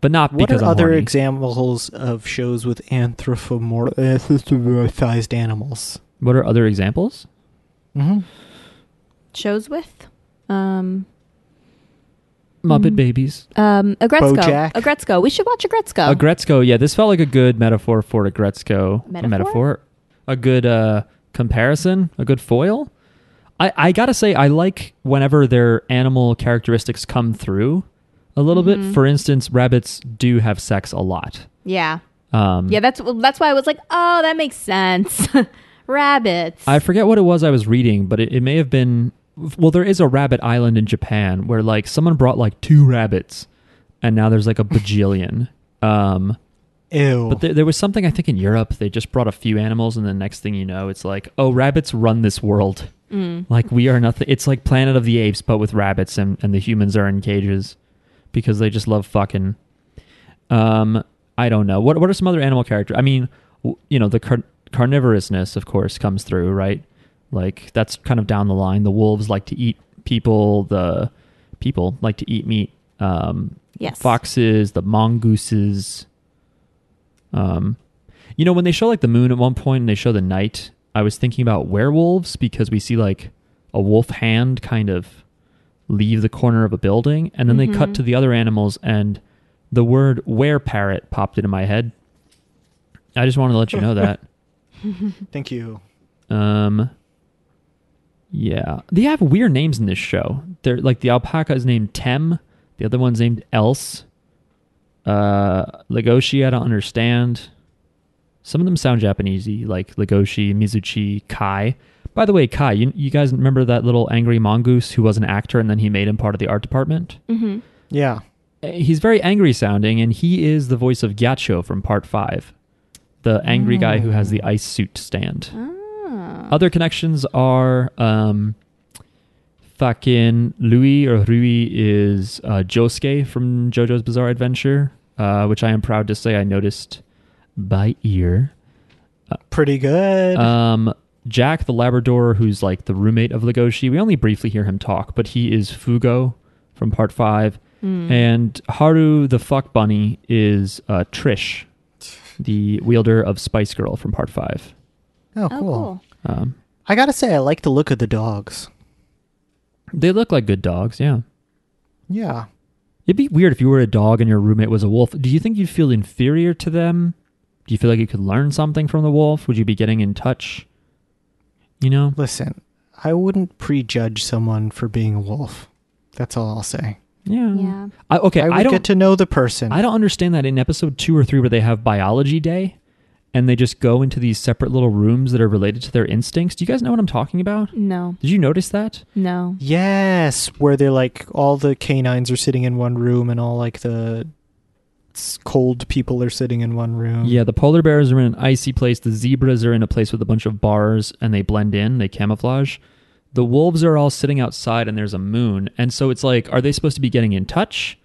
but not What because are I'm other horny. examples of shows with anthropomorphized animals? what are other examples? Mm-hmm. Shows with, um, Muppet Mm. Babies. um, a Gretzko. Bojack. A Gretzko. We should watch a Gretzko. A Gretzko. Yeah, this felt like a good metaphor for a Gretzko. Metaphor? A A good uh, comparison. A good foil. I, I gotta say, I like whenever their animal characteristics come through a little Mhm. bit. For instance, rabbits do have sex a lot. yeah, Um, yeah. That's well, that's why I was like, oh, that makes sense. *laughs* Rabbits. I forget what it was I was reading, but it, it may have been. Well, there is a rabbit island in Japan where like someone brought like two rabbits, and now there's like a bajillion. Um, Ew. But there, there was something I think in Europe they just brought a few animals, and the next thing you know, it's like, oh, rabbits run this world. Mm. Like we are nothing. It's like Planet of the Apes, but with rabbits, and and the humans are in cages because they just love fucking. Um, I don't know. What what are some other animal characters? I mean, w- you know, the car- carnivorousness, of course, comes through, right? Like that's kind of down the line. The wolves like to eat people. The people like to eat meat. Um, Yes. foxes, the mongooses. Um, you know, when they show like the moon at one point and they show the night, I was thinking about werewolves because we see like a wolf hand kind of leave the corner of a building, and then they Mhm. cut to the other animals, and the word were parrot popped into my head. I just wanted to let you know that. Thank you. Um, yeah, they have weird names in this show. They're like the alpaca is named Tem, the other one's named Else. Uh, Legoshi, I don't understand. Some of them sound Japanesey, like Legoshi, Mizuchi, Kai. By the way, Kai, you, you guys remember that little angry mongoose who was an actor and then he made him part of the art department? hmm Yeah. Uh, He's very angry sounding, and he is the voice of Gyacho from Part 5, the angry guy who has the ice suit stand. Oh. Other connections are um, fucking Louis or Rui is uh, Josuke from JoJo's Bizarre Adventure, uh, which I am proud to say I noticed by ear. Pretty good. Um, Jack, the Labrador, who's like the roommate of Legoshi, we only briefly hear him talk, but he is Fugo from part five. And Haru, the fuck bunny, is uh, Trish, the wielder of Spice Girl from part five. oh, Oh, cool. cool. Um, I gotta say, I like the look of the dogs. they look like good dogs, yeah. Yeah. It'd be weird if you were a dog and your roommate was a wolf. Do you think you'd feel inferior to them? Do you feel like you could learn something from the wolf? Would you be getting in touch? You know? Listen, I wouldn't prejudge someone for being a wolf. That's all I'll say. Yeah. Yeah. I, okay, I would I, don't. get to know the person. I don't understand that in episode two or three where they have biology day, and they just go into these separate little rooms that are related to their instincts. Do you guys know what I'm talking about? No. Did you notice that? No. Yes, where they're like all the canines are sitting in one room and all like the s- cold people are sitting in one room. Yeah, the polar bears are in an icy place. The zebras are in a place with a bunch of bars and they blend in, they camouflage. The wolves are all sitting outside and there's a moon. And so it's like, are they supposed to be getting in touch?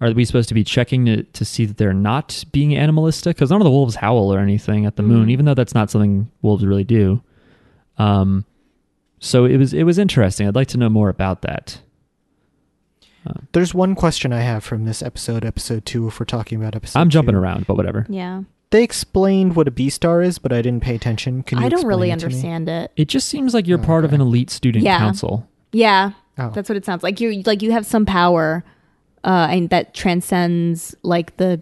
Are we supposed to be checking to, to see that they're not being animalistic? Because none of the wolves howl or anything at the Mm. moon, even though that's not something wolves really do. Um, so it was it was interesting. I'd like to know more about that. There's one question I have from this episode, episode two, if we're talking about episode. I'm jumping two. around, but whatever. Yeah. They explained what a B star is, but I didn't pay attention. Can you I don't explain really it to me? understand it. It just seems like you're Oh, part of okay. an elite student Yeah. council. Yeah. Oh. That's what it sounds like. You like you have some power uh and that transcends like the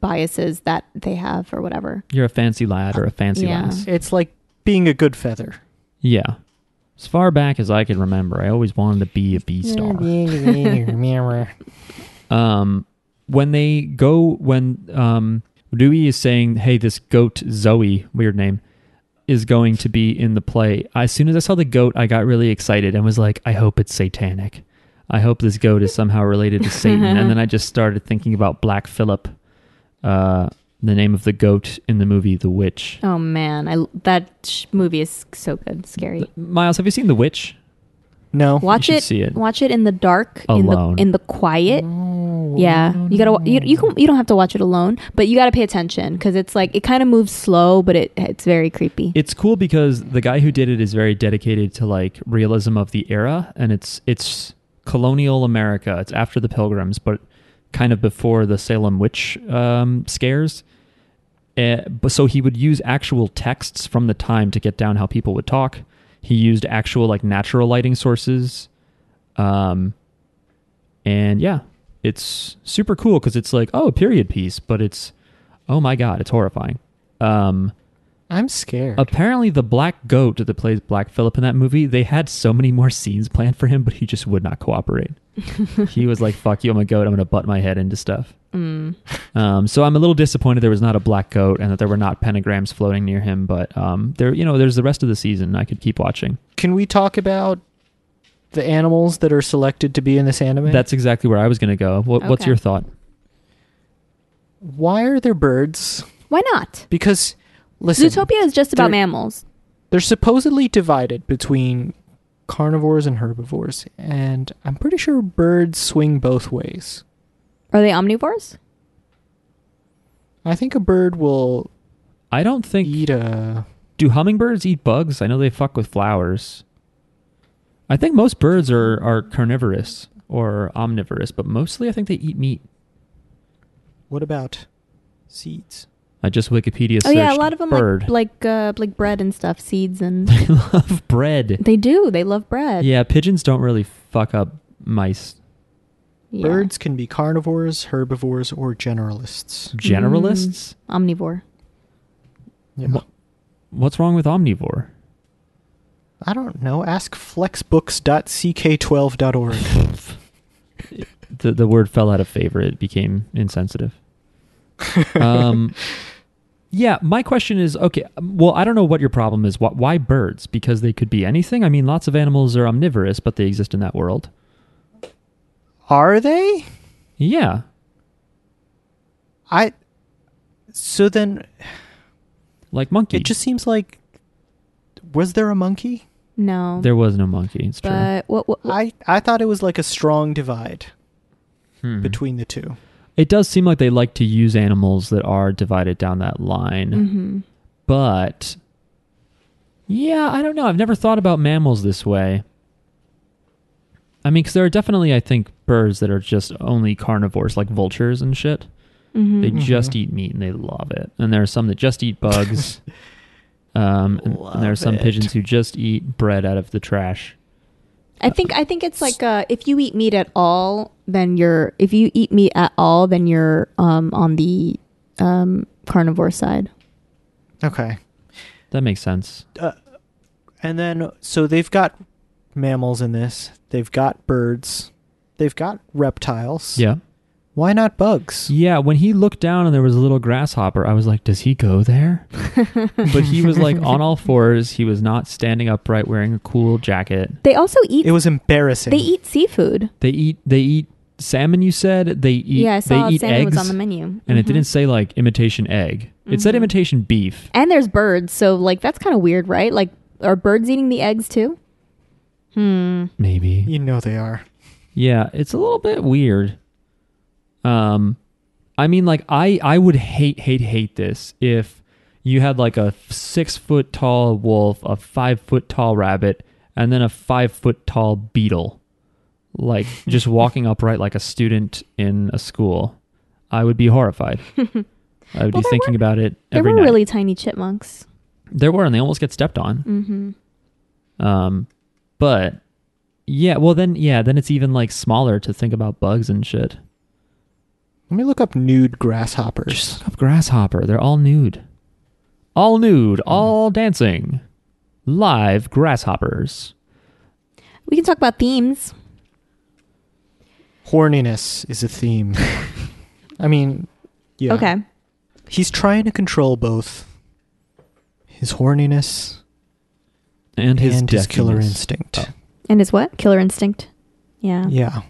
biases that they have or whatever. You're a fancy lad or a fancy Yeah. lass. It's like being a good feather. Yeah. As far back as I can remember, I always wanted to be a B star. *laughs* Um, when they go, when um, Dewey is saying, "Hey, this goat Zoe, weird name, is going to be in the play." As soon as I saw the goat, I got really excited and was like, "I hope it's satanic. I hope this goat is somehow related to Satan." and then I just started thinking about Black Phillip, uh, the name of the goat in the movie The Witch. Oh man, I that sh- movie is so good, scary. Miles, have you seen The Witch? No. Watch should it, see it. Watch it in the dark, Alone. in the in the quiet. yeah, you gotta. wa- You, you can. You don't have to watch it alone, but you gotta pay attention because it's like it kind of moves slow, but it it's very creepy. it's cool because the guy who did it is very dedicated to like realism of the era and it's it's colonial america it's after the pilgrims but kind of before the salem witch um, scares uh, but so he would use actual texts from the time to get down how people would talk he used actual like natural lighting sources um, and yeah it's super cool because it's like oh a period piece but it's oh my god it's horrifying um, I'm scared. Uh, Apparently, the black goat that plays Black Phillip in that movie, they had so many more scenes planned for him, but he just would not cooperate. he was like, "Fuck you, I'm a goat. I'm gonna butt my head into stuff." Um, so I'm a little disappointed there was not a black goat and that there were not pentagrams floating near him. But um, there, you know, there's the rest of the season. I could keep watching. Can we talk about the animals that are selected to be in this anime? That's exactly where I was gonna go. What, What's Okay. your thought? why are there birds? Why not? Because listen, Zootopia is just about There- mammals. they're supposedly divided between carnivores and herbivores, and I'm pretty sure birds swing both ways. Are they omnivores? I think a bird will I don't think. eat a. Do hummingbirds eat bugs? I know they fuck with flowers. I think most birds are, are carnivorous or omnivorous, but mostly I think they eat meat. What about seeds? I just Wikipedia searched Oh yeah, a lot of them bird. like like uh, like bread and stuff, seeds *laughs* and they love bread. they do. They love bread. yeah, pigeons don't really fuck up mice. Yeah. Birds can be carnivores, herbivores, or generalists. Generalists? Mm, omnivore. Yeah. What's wrong with omnivore? I don't know. Ask flexbooks.ck12.org. The the word fell out of favor. It became *laughs* insensitive. *laughs* Um, yeah, my question is okay. um, Well, I don't know what your problem is. Why, why birds? Because they could be anything. I mean, lots of animals are omnivorous, but they exist in that world. Are they? Yeah, I. So then, like monkey. it just seems like. Was there a monkey? No, there was no monkey. It's true. but what, what, what- I I thought it was like a strong divide Hmm. between the two. It does seem like they like to use animals that are divided down that line. Mhm. But yeah, I don't know. I've never thought about mammals this way. I mean, because there are definitely, I think, birds that are just only carnivores, like vultures and shit. Mm-hmm. They just Mhm. eat meat and they love it. And there are some that just eat bugs. um, and, and there are Love some it. pigeons who just eat bread out of the trash. I think I think it's like uh, if you eat meat at all, then you're if you eat meat at all, then you're um, on the um, carnivore side. *laughs* Okay. That makes sense. Uh, and then, so they've got mammals in this. They've got birds. They've got reptiles. Yeah. Why not bugs? Yeah, when he looked down and there was a little grasshopper, I was like, does he go there? *laughs* but he was like on all fours. He was not standing upright wearing a cool jacket. *laughs* They also eat. It was embarrassing. they eat seafood. They eat they eat salmon, you said? They eat yeah, I saw they eat salmon eggs. was on the menu, And it Mhm. didn't say like imitation egg. It said Mhm. imitation beef. And there's birds, so like that's kind of weird, right? Like, are birds eating the eggs too? Hmm. Maybe. You know they are. Yeah, it's a little bit weird. Um I mean like I I would hate hate hate this if you had like a 6 foot tall wolf, a 5 foot tall rabbit, and then a 5 foot tall beetle *laughs* like just walking upright like a student in a school. I would be horrified. I would *laughs* Well, be there thinking were- about it They every were night. really tiny chipmunks. there were and they almost get stepped on. Mm-hmm. Um, but yeah, well then yeah, then it's even like smaller to think about bugs and shit. Let me look up nude Just grasshoppers. look up grasshopper. They're all nude, all nude, all dancing, live grasshoppers. We can talk about themes. Horniness is *laughs* a theme. I mean, yeah. Okay. He's trying to control both his horniness And his and his killer deafness. instinct. Oh. And is what killer instinct? Yeah. Yeah.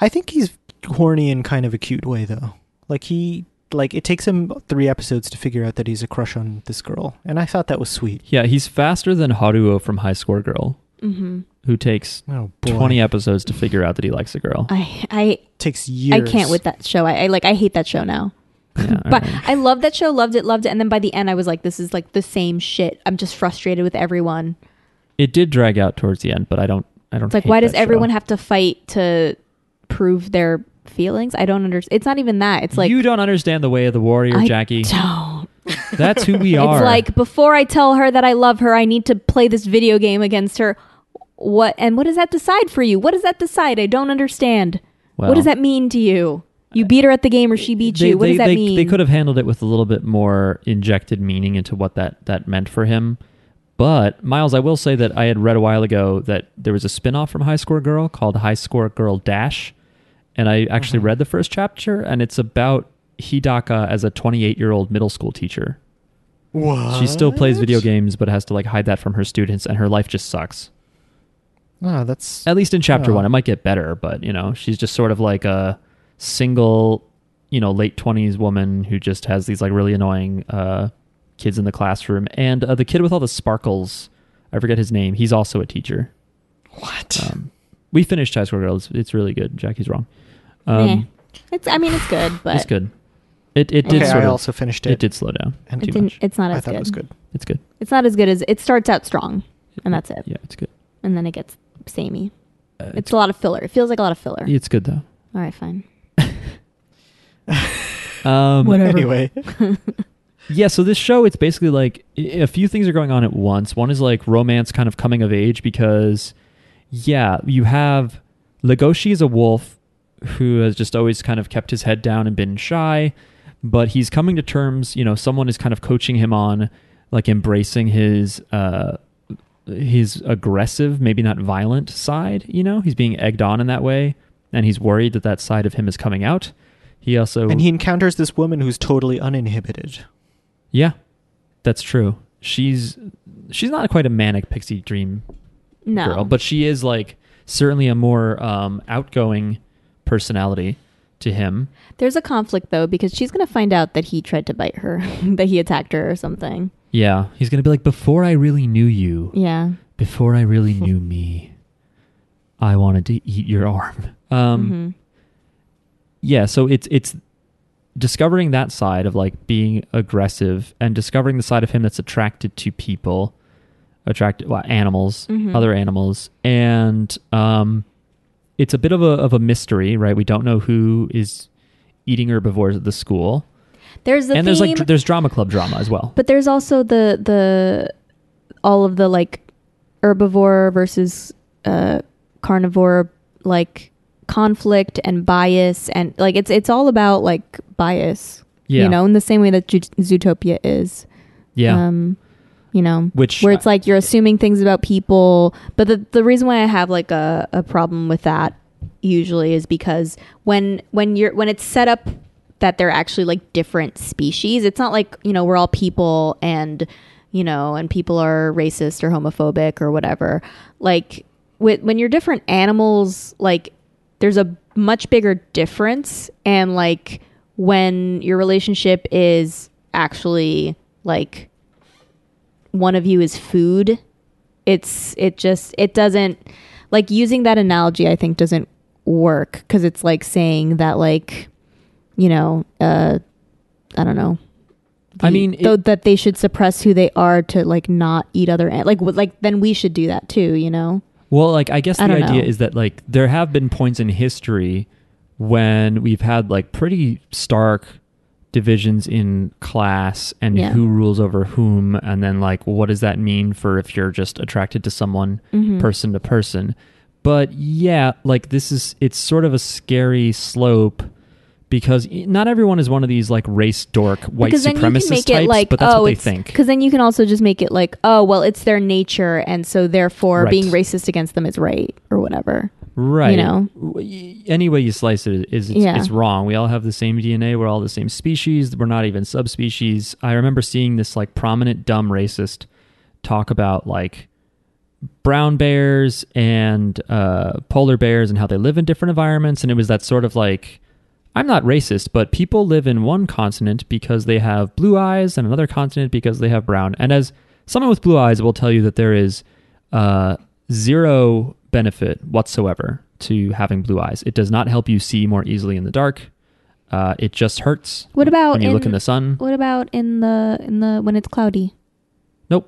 I think he's horny in kind of a cute way though. Like he like it takes him 3 episodes to figure out that he's a crush on this girl. And I thought that was sweet. Yeah, he's faster than Haruo from High Score Girl, Mm-hmm. who takes Oh boy. twenty episodes to figure out that he likes a girl. I I takes years. I can't with that show. I, I like I hate that show now. *laughs* Yeah, all But right. I love that show, loved it, loved it, and then by the end I was like, this is like the same shit. I'm just frustrated with everyone. it did drag out towards the end, but I don't. I don't. It's like, hate why does that show. everyone have to fight to prove their feelings? I don't understand. It's not even that. It's like you don't understand the way of the warrior, I *laughs* Jackie. don't. That's who we are. It's like before I tell her that I love her, I need to play this video game against her. What and what does that decide for you? What does that decide? I don't understand. Well. what does that mean to you? You beat her at the game, or she beat you. What does that they, mean? They could have handled it with a little bit more injected meaning into what that that meant for him. But Miles, I will say that I had read a while ago that there was a spin-off from High Score Girl called High Score Girl Dash, and I actually Uh-huh. read the first chapter, and it's about Hidaka as a 28-year-old middle school teacher. What? Ah, She still plays video games, but has to like hide that from her students, and her life just sucks. Oh, that's At least in chapter Oh. one, it might get better, but you know, she's just sort of like a single, you know, late twenties woman who just has these like really annoying uh, kids in the classroom, and uh, the kid with all the sparkles. I forget his name. He's also a teacher. what? Um, we finished High School Girls. It's really good. Jackie's wrong. Meh. Um, It's. I mean, it's good, but it's good. It it did okay, sort I of also finished it. it. did slow down And too It didn't. much. It's not I as thought good. it was good. it's good. It's not as good as it starts out strong, and that's it. Yeah, it's good. And then it gets samey. Uh, It's, a lot of filler. It feels like a lot of filler. it's good though. *laughs* All right, fine. *laughs* Um, Whatever. Anyway, Yeah, so this show, it's basically like i- a few things are going on at once. One is like romance kind of coming of age because, yeah, you have Legoshi is a wolf who has just always kind of kept his head down and been shy, but he's coming to terms, you know, someone is kind of coaching him on like embracing his, uh, his aggressive, maybe not violent side, you know, he's being egged on in that way, and he's worried that that side of him is coming out. He also *laughs* and he encounters this woman who's totally uninhibited. yeah, that's true. She's she's not quite a manic pixie dream No, girl, but she is like certainly a more um, outgoing personality to him. there's a conflict though because she's gonna find out that he tried to bite her, *laughs* that he attacked her or something. Yeah, he's gonna be like, before I really knew you, Yeah. before I really knew me, I Mm-hmm. wanted to eat your arm. Um, Mhm. Yeah, so it's it's discovering that side of like being aggressive and discovering the side of him that's attracted to people, attracted well, animals, Mhm. other animals, and um, it's a bit of a of a mystery, right? We don't know who is eating herbivores at the school, There's the and theme, there's like dr- there's drama club drama as well. but there's also the the all of the like herbivore versus uh, carnivore like conflict and bias and like it's it's all about like bias. yeah, You know, in the same way that Ju- Zootopia is. yeah, Um, you know, Which- where it's like you're assuming things about people, but the the reason why I have like a, a problem with that usually is because when when you're when it's set up that they're actually like different species, it's not like you know we're all people and you know and people are racist or homophobic or whatever. Like with when you're different animals, like there's a much bigger difference and like when your relationship is actually like one of you is food it's it just it doesn't like using that analogy i think doesn't work because it's like saying that like you know uh i don't know I mean, though it- that they should suppress who they are to like not eat other an- like w- like then we should do that too you know Well, like I guess the I don't idea know. is that like there have been points in history when we've had like pretty stark divisions in class and Yeah. who rules over whom and then like what does that mean for if you're just attracted to someone Mm-hmm. person to person. But yeah, like this is it's sort of a scary slope because i- not everyone is one of these like race dork white because then you can supremacist make types, it like but that's oh what they it's- think. because then you can also just make it like oh well it's their nature and so therefore Right. being racist against them is right or whatever right you know? W- any way you slice it is it's, Yeah. it's wrong we all have the same dna we're all the same species we're not even subspecies i remember seeing this like prominent dumb racist talk about like brown bears and uh, polar bears and how they live in different environments and it was that sort of like i'm not racist but people live in one continent because they have blue eyes and another continent because they have brown and as someone with blue eyes will tell you that there is uh, zero benefit whatsoever to having blue eyes it does not help you see more easily in the dark uh, it just hurts What about when you look in in- the sun What about in the in the when it's cloudy? nope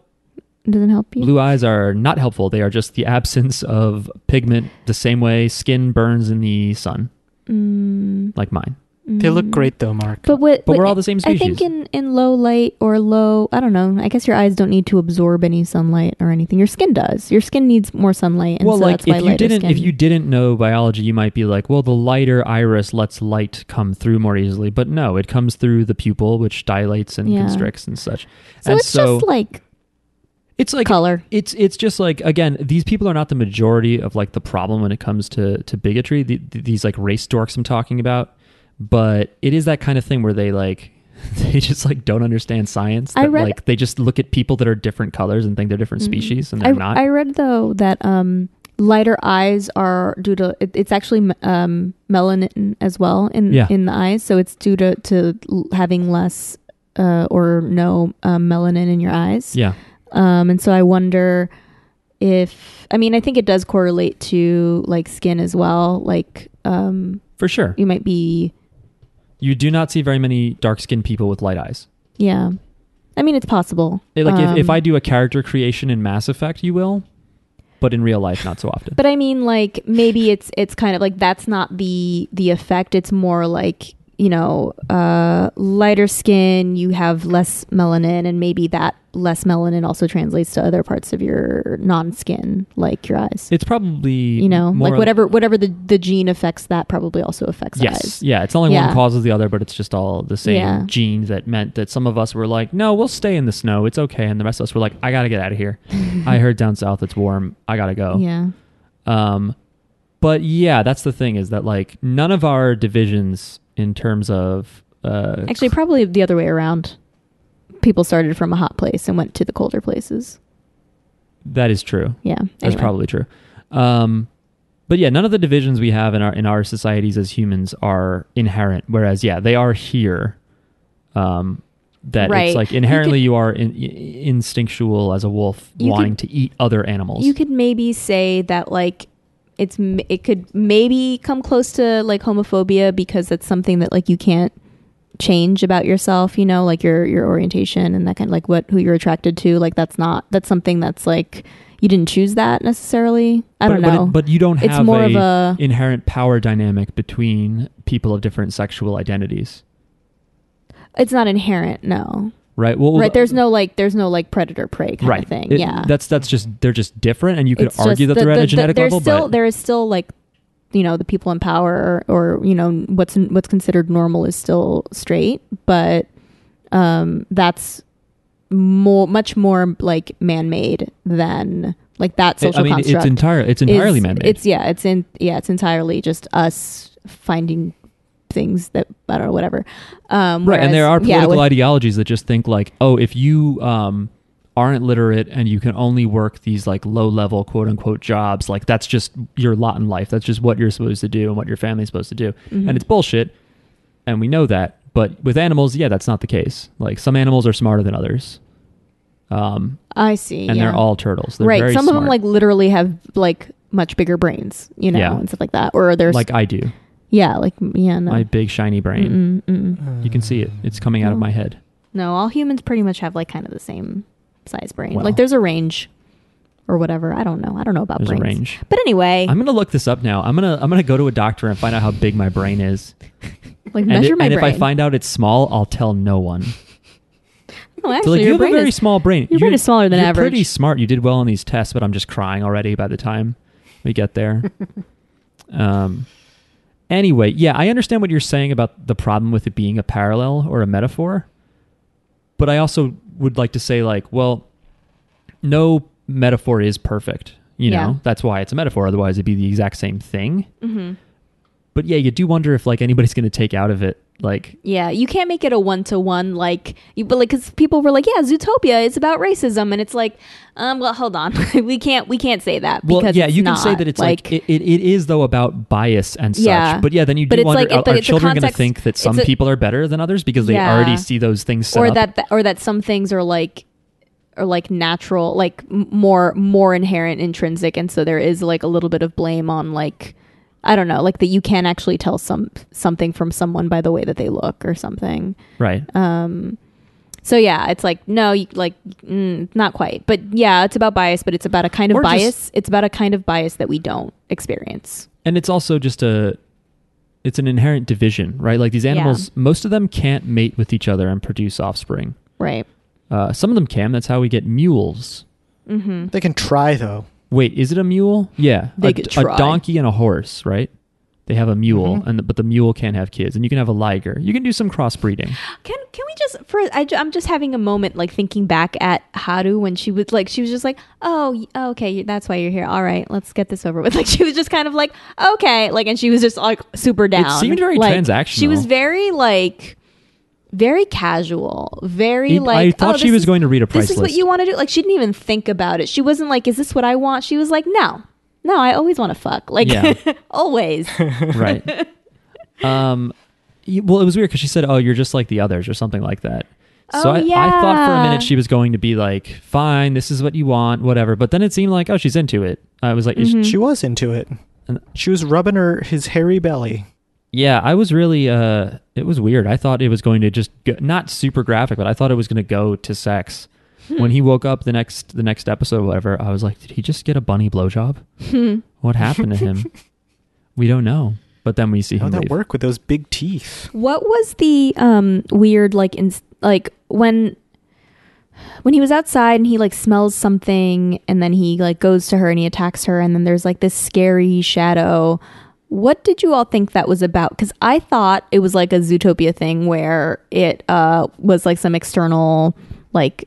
It doesn't help you. Blue eyes are not helpful. They are just the absence of pigment, the same way skin burns in the sun, Mm, like mine. They look mm. great though, Mark. But what, But we're what- all the same I think species. in in low light or low, I don't know. I guess your eyes don't need to absorb any sunlight or anything. Your skin does. Your skin needs more sunlight, and well, so like that's why if you lighter didn't skin. if you didn't know biology, you might be like, well, the lighter iris lets light come through more easily. But no, it comes through the pupil, which dilates and Yeah. constricts and such. so and it's just like it's like color. it's it's just like again these people are not the majority of like the problem when it comes to to bigotry the, th- these like race dorks i'm talking about but it is that kind of thing where they like *laughs* they just like don't understand science I that, read- like they just look at people that are different colors and think they're different species and they're Mm-hmm. I, not I read though that um lighter eyes are due to it, it's actually um melanin as well in Yeah. in the eyes, so it's due to to l- having less uh or no um, melanin in your eyes. yeah Um, and so I wonder if I mean I think it does correlate to like skin as well. Like um, for sure you might be you do not see very many dark skinned people with light eyes yeah. I mean it's possible. It- like if, if Um, i do a character creation in mass effect you will but in real life not so often But I mean, like maybe it's it's kind of like that's not the the effect. It's more like you know, uh, lighter skin, you have less melanin, and maybe that less melanin also translates to other parts of your non-skin, like your eyes. it's probably you know, more like whatever whatever the the gene affects that probably also affects Yes. eyes. Yeah. It's not like one Yeah. causes the other, but it's just all the same Yeah. gene that meant that some of us were like, no, we'll stay in the snow. It's okay. And the rest of us were like, I got to get out of *laughs* here. I heard down south it's warm. I got to go. Yeah. Um, but yeah, that's the thing is that like none of our divisions in terms of. Uh, Actually, probably the other way around. People started from a hot place and went to the colder places. that is true. Yeah. That's anyway. probably true. Um, but yeah, none of the divisions we have in our in our societies as humans are inherent. Whereas, yeah, they are here. Um, that Right. it's like You inherently could- you, are in, i- instinctual as a wolf, You wanting could- to eat other animals. You could maybe say that like it's m- it could maybe come close to like homophobia because that's something that like you can't change about yourself, you know, like your your orientation and that kind of like what who you're attracted to, like that's not that's something that's like you didn't choose that necessarily. I but, don't but it- know. But, you don't have It's more a, of a- inherent power dynamic between people of different sexual identities, it's not inherent, no. right? Well, right, there's no like there's no like predator prey kind right. of thing. It- yeah. that's that's just they're just different, and you could It's just argue that the- they're at the- a genetic the, there's level, Still, but there is still like, you know, the people in power or, or, you know what's what's considered normal is still straight, but um, that's more much more like man made than like that it- social I mean, construct. it's entirely it's is- entirely man-made. It's yeah, it's in yeah, it's entirely just us finding things that I don't know whatever. Um, right, and there are whereas- yeah, political with- ideologies that just think like, oh, if you um, aren't literate and you can only work these like low level quote unquote jobs, like that's just your lot in life. That's just what you're supposed to do and what your family's supposed to do, Mhm. and it's bullshit, and we know that. But with animals, yeah, that's not the case. Like some animals are smarter than others. Um, I see, and they're yeah. all turtles. They're right. very Some of them smart. like literally have like much bigger brains, you know, Yeah. and stuff like that. Or there's like I do. yeah, like yeah, no, My big shiny brain. Mm-mm, mm-mm. You can see it. It's coming out of No. my head. no. All humans pretty much have like kind of the same size brain. Well. Like there's a range or whatever. I don't know. I don't know about There's a brains. range. But anyway, I'm gonna look this up now. I'm gonna I'm gonna go to a doctor and find out how big my brain is. like and measure it- my and brain. if I find out it's small, I'll tell no one. no, actually, So, like, your you have a brain very is, small brain. Your brain is smaller than you're average. Pretty smart. You did well on these tests, but I'm just crying already by the time we get there. *laughs* um. Anyway, yeah, I understand what you're saying about the problem with it being a parallel or a metaphor, but I also would like to say, like, well, no metaphor is perfect. You Yeah. know, that's why it's a metaphor. Otherwise, it'd be the exact same thing. Mhm. But yeah, you do wonder if like anybody's going to take out of it, like Yeah, you can't make it a one to one like you, but like because people were like, yeah, Zootopia is about racism, and it's like, um, well, hold on, *laughs* we can't we can't say that. Well, because yeah, it's you can say not, that it's like, it, it, it is though about bias and such. Yeah. But yeah, then you do But it's wonder like- it- are, but are it's a children going to context- think that it's some a- people are better than others because they Yeah. already see those things set or up? that or that some things are like are like natural like m- more more inherent intrinsic and so there is like a little bit of blame on like i don't know like that you can actually tell some something from someone by the way that they look or something right. um so yeah it's like no you, like mm, not quite but yeah it's about bias but it's about a kind of Or just- bias it's about a kind of bias that we don't experience and it's also just a it's an inherent division, right? Like these Yeah. animals, most of them can't mate with each other and produce offspring. right Uh, some of them can. That's how we get mules. mm-hmm They can try though. Wait, is it a mule? Yeah, They a, could d- a try. Mm-hmm. donkey and a horse, right? They have a mule, Mhm. and the, but the mule can't have kids, and you can have a liger. You can do some crossbreeding. Can can we just for I, am just having a moment like thinking back at Haru when she was like she was just like oh y- oh, okay you- that's why you're here all right let's get this over with *laughs* like she was just kind of like okay like and she was just like super down seemed very like, She transactional. was very like very casual very It- like I thought oh, she this was is- going to read a price this is what list. you want to do like she didn't even think about it she wasn't like is this what I want she was like no no I always want to fuck like Yeah. *laughs* always *laughs* right um y- well it was weird because she said oh you're just like the others or something like that so Oh, I, I thought for a yeah. minute she was going to be like fine this is what you want whatever but then it seemed like oh she's into it i was like is Mhm. she- She was into it. And- She was rubbing her his hairy belly. yeah i was really uh it was weird i thought it was going to just go, not super graphic but i thought it was going to go to sex Hmm. when he woke up the next the next episode or whatever i was like did he just get a bunny blowjob Hmm. what happened to *laughs* him we don't know but then we see How'd him Oh, that leave. work with those big teeth? What was the um weird like in like when when he was outside and he like smells something and then he like goes to her and he attacks her and then there's like this scary shadow. What did you all think that was about? Cuz I thought it was like a Zootopia thing where it uh was like some external like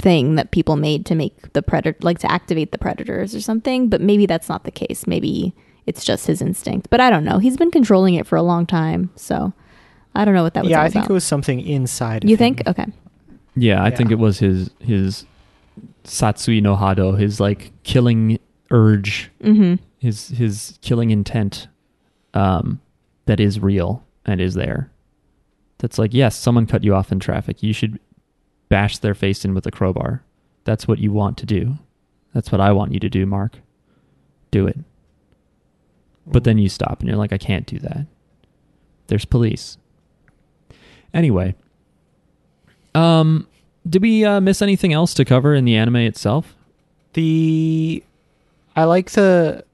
thing that people made to make the predator like to activate the predators or something, but maybe that's not the case. Maybe it's just his instinct. But I don't know. He's been controlling it for a long time, so I don't know what that was yeah, all I think about. it was something inside. of You him. think? Okay. Yeah, I think Yeah. it was his his satsui no hado, his like killing urge, Mhm. his his killing intent um that is real and is there. That's like, yes, someone cut you off in traffic. You should bash their face in with a crowbar. That's what you want to do. That's what I want you to do, Mark. Do it. But then you stop and you're like, I can't do that. There's police. Anyway, um, did we uh, miss anything else to cover in the anime itself? The I like the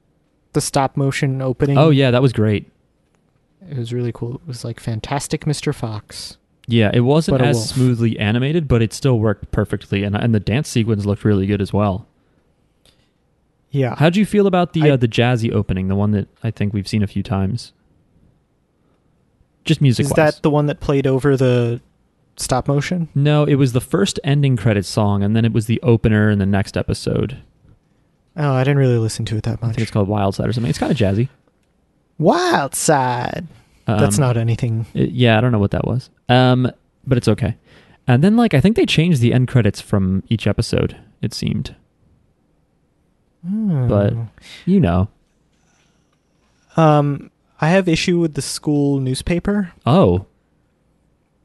the stop motion opening. Oh yeah, that was great. It was really cool. It was like Fantastic Mr. Fox. Yeah, it wasn't But a as wolf. smoothly animated, but it still worked perfectly, and and the dance sequence looked really good as well. Yeah. How'd you feel about the I- uh, the jazzy opening, the one that I think we've seen a few times? Just music Is wise. that the one that played over the stop motion? no, it was the first ending credit song, and then it was the opener in the next episode. Oh, I didn't really listen to it that I think it's much. called Wild Side or something. It's kind of jazzy. Wild Side. That's Um, not anything. It- yeah, I don't know what that was. Um, but it's okay. And then like I think they changed the end credits from each episode. It seemed, but Oh. you know. um, I have issue with the school newspaper. Oh,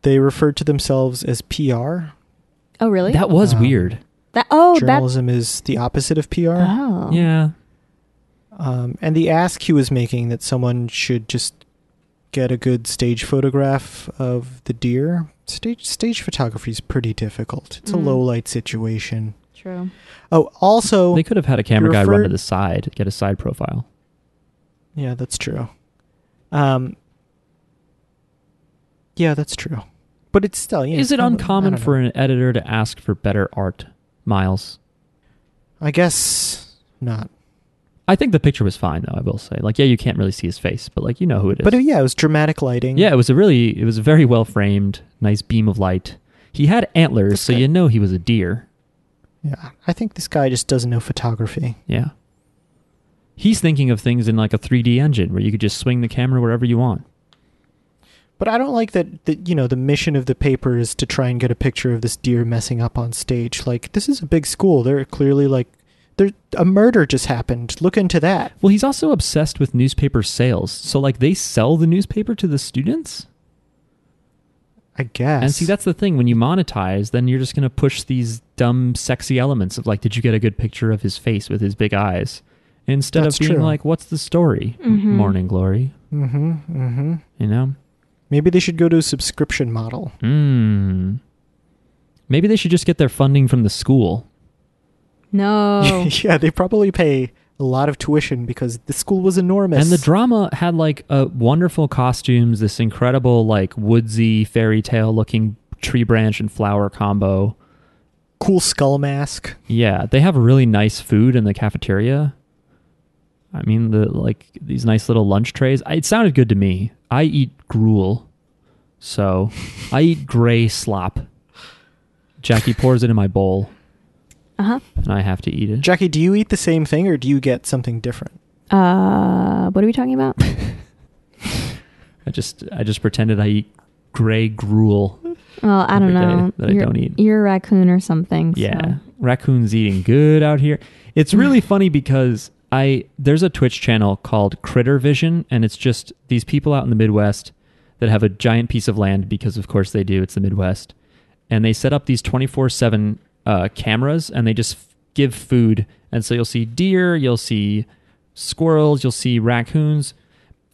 They refer to themselves as PR. Oh, really? that was Um, weird. That- oh, that. Journalism is the opposite of PR. Oh. Yeah. Um, and the ask he was making that someone should just get a good stage photograph of the deer. Stage stage photography is pretty difficult. It's a Mm. low light situation. True. Oh, also, They could have had a camera guy run to referred- the side, get a side profile. yeah, that's true. Um, yeah, that's true. But it's still. Yeah, Is it's it not- I uncommon don't know. for an editor to ask for better art, Miles? I guess not. I think the picture was fine, though. I will say, like, yeah, you can't really see his face, but like, you know who it is. But uh, yeah, it was dramatic lighting. yeah, it was a really, it was a very well framed, nice beam of light. He had antlers, That's so good. you know he was a deer. yeah. I think this guy just doesn't know photography. Yeah. He's thinking of things in like a 3D engine where you could just swing the camera wherever you want. But I don't like that, that, you know, the mission of the paper is to try and get a picture of this deer messing up on stage. Like, this is a big school. They're clearly like, there a murder just happened. Look into that. Well, he's also obsessed with newspaper sales. So like they sell the newspaper to the students? I guess. And see, that's the thing. When you monetize, then you're just going to push these dumb, sexy elements of like, did you get a good picture of his face with his big eyes? Instead That's of being true. like, what's the story, Mhm. Morning Glory? Mm-hmm. Mm-hmm. You know? Maybe they should go to a subscription model. Hmm. Maybe they should just get their funding from the school. *laughs* No. *laughs* yeah, they probably pay a lot of tuition because the school was enormous. And the drama had like uh, wonderful costumes, this incredible, like, woodsy fairy tale looking tree branch and flower combo. cool skull mask. Yeah, they have really nice food in the cafeteria. I mean, the like these nice little lunch trays. I- It sounded good to me. I eat gruel, so I eat gray slop. Jackie pours it in my bowl, Uh huh. and I have to eat it. Jackie, do you eat the same thing or do you get something different? Uh, what are we talking *laughs* about? I just I just pretended I eat gray gruel. Well, I Every don't day know. that I you're, don't eat. You're a raccoon or something. so- Yeah, raccoons eating good out here. It's really funny because I there's a Twitch channel called Critter Vision, and it's just these people out in the Midwest that have a giant piece of land because, of course, they do. It's the Midwest, and they set up these 24 seven uh, cameras, and they just f- give food, and so you'll see deer, you'll see squirrels, you'll see raccoons.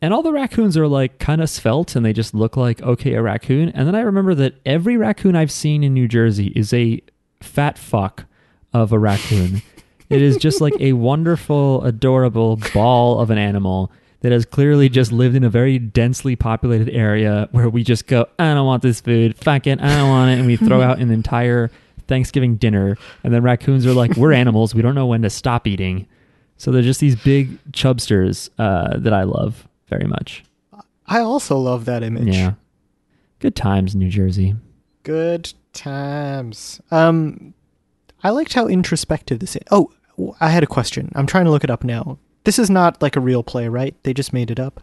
And all the raccoons are like kind of svelte and they just look like, okay, a raccoon. And then I remember that every raccoon I've seen in New Jersey is a fat fuck of a raccoon. it is just like a wonderful, adorable ball of an animal that has clearly just lived in a very densely populated area where we just go, I don't want this food. Fuck it. I don't want it. And we throw out an entire Thanksgiving dinner. And then raccoons are like, we're animals. We don't know when to stop eating. So they're just these big chubsters uh, that I love very much. I also love that image. Yeah. Good times, New Jersey. Good times. Um, I liked how introspective this is. Oh, w- I had a question. I'm trying to look it up now. This is not like a real play, right? They just made it up.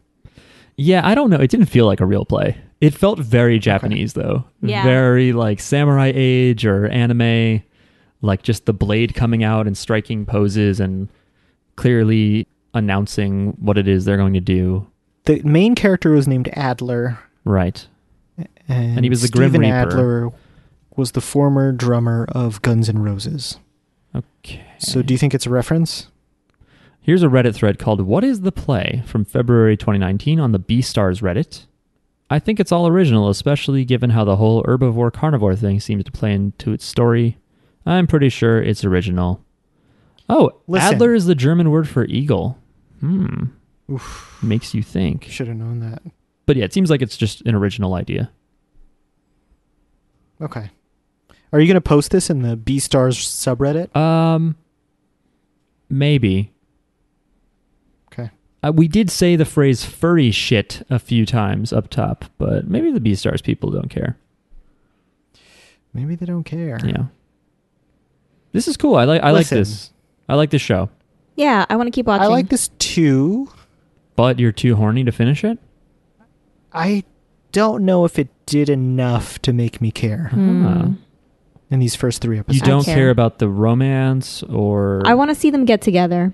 Yeah, I don't know. It didn't feel like a real play. It felt very Japanese though. Yeah. Very like samurai age or anime, like just the blade coming out and striking poses and clearly announcing what it is they're going to do. The main character was named Adler, Right. and, And he was the Grim Stephen Reaper. Adler was the former drummer of Guns N' Roses. Okay. So, do you think it's a reference? Here's a Reddit thread called What is the Play from February 2019 on the B Stars Reddit. I think it's all original, especially given how the whole herbivore carnivore thing seems to play into its story. I'm pretty sure it's original. Oh, Listen. Adler is the German word for eagle. Hmm. Makes you think. Should have known that. But yeah, it seems like it's just an original idea. Okay. Are you going to post this in the B Stars subreddit? Um, maybe. Okay. Uh, we did say the phrase furry shit a few times up top, but maybe the B Stars people don't care. Maybe they don't care. Yeah. This is cool. I like I like Listen. this. I like this show. Yeah, I want to keep watching. I like this too. But you're too horny to finish it? I don't know if it did enough to make me care Ah. in these first three You episodes. Hmm. I don't care. care. about the romance or I want to see them *laughs* get together.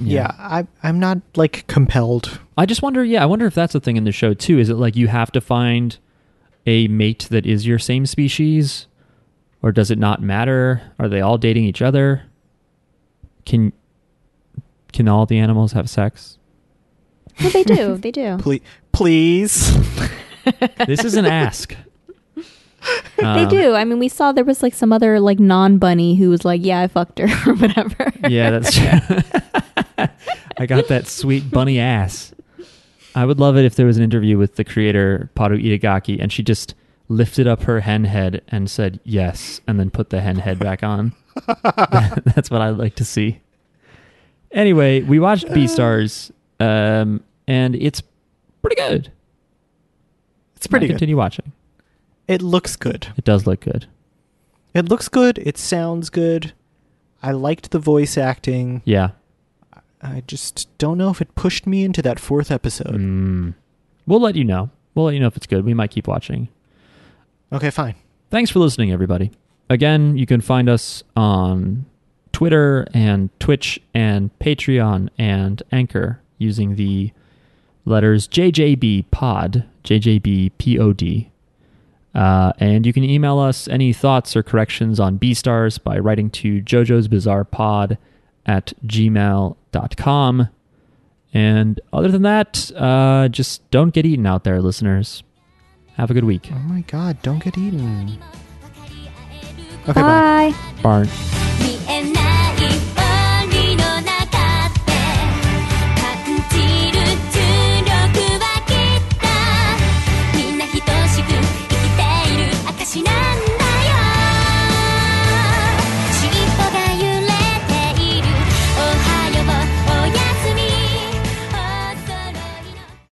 Yeah, I, I'm not like compelled. I just wonder, yeah, I wonder if that's a thing in the show too. Is it like you have to find a mate that is your same species? Or does it not matter? Are they all dating each other? Can can all the animals have sex? Well, they do. They do. Ple- please. This *laughs* is an ask. they Um, do. I mean, we saw there was like some other like non bunny who was like, "Yeah, I fucked her" *laughs* or whatever. Yeah, *laughs* that's true. *laughs* I got that sweet bunny ass. I would love it if there was an interview with the creator Paru Itagaki and she just lifted up her hen head and said yes and then put the hen head back *laughs* on. *laughs* that's what I'd like to see. Anyway, we watched B Stars um, and it's pretty good. It's pretty I good. Continue watching. It looks good. It does look good. It looks good. It sounds good. I liked the voice acting. Yeah. I just don't know if it pushed me into that fourth episode. Mm. We'll let you know. We'll let you know if it's good. We might keep watching. Okay, fine. Thanks for listening, everybody. Again, you can find us on Twitter and Twitch and Patreon and Anchor using the letters JJB Pod, JJB Pod. Uh, and you can email us any thoughts or corrections on B stars by writing to Jojo's Bizarre Pod at gmail.com. And other than that, uh, just don't get eaten out there, listeners. Have a good week. Oh my god, don't get eaten. Okay, Bye. Barn. 「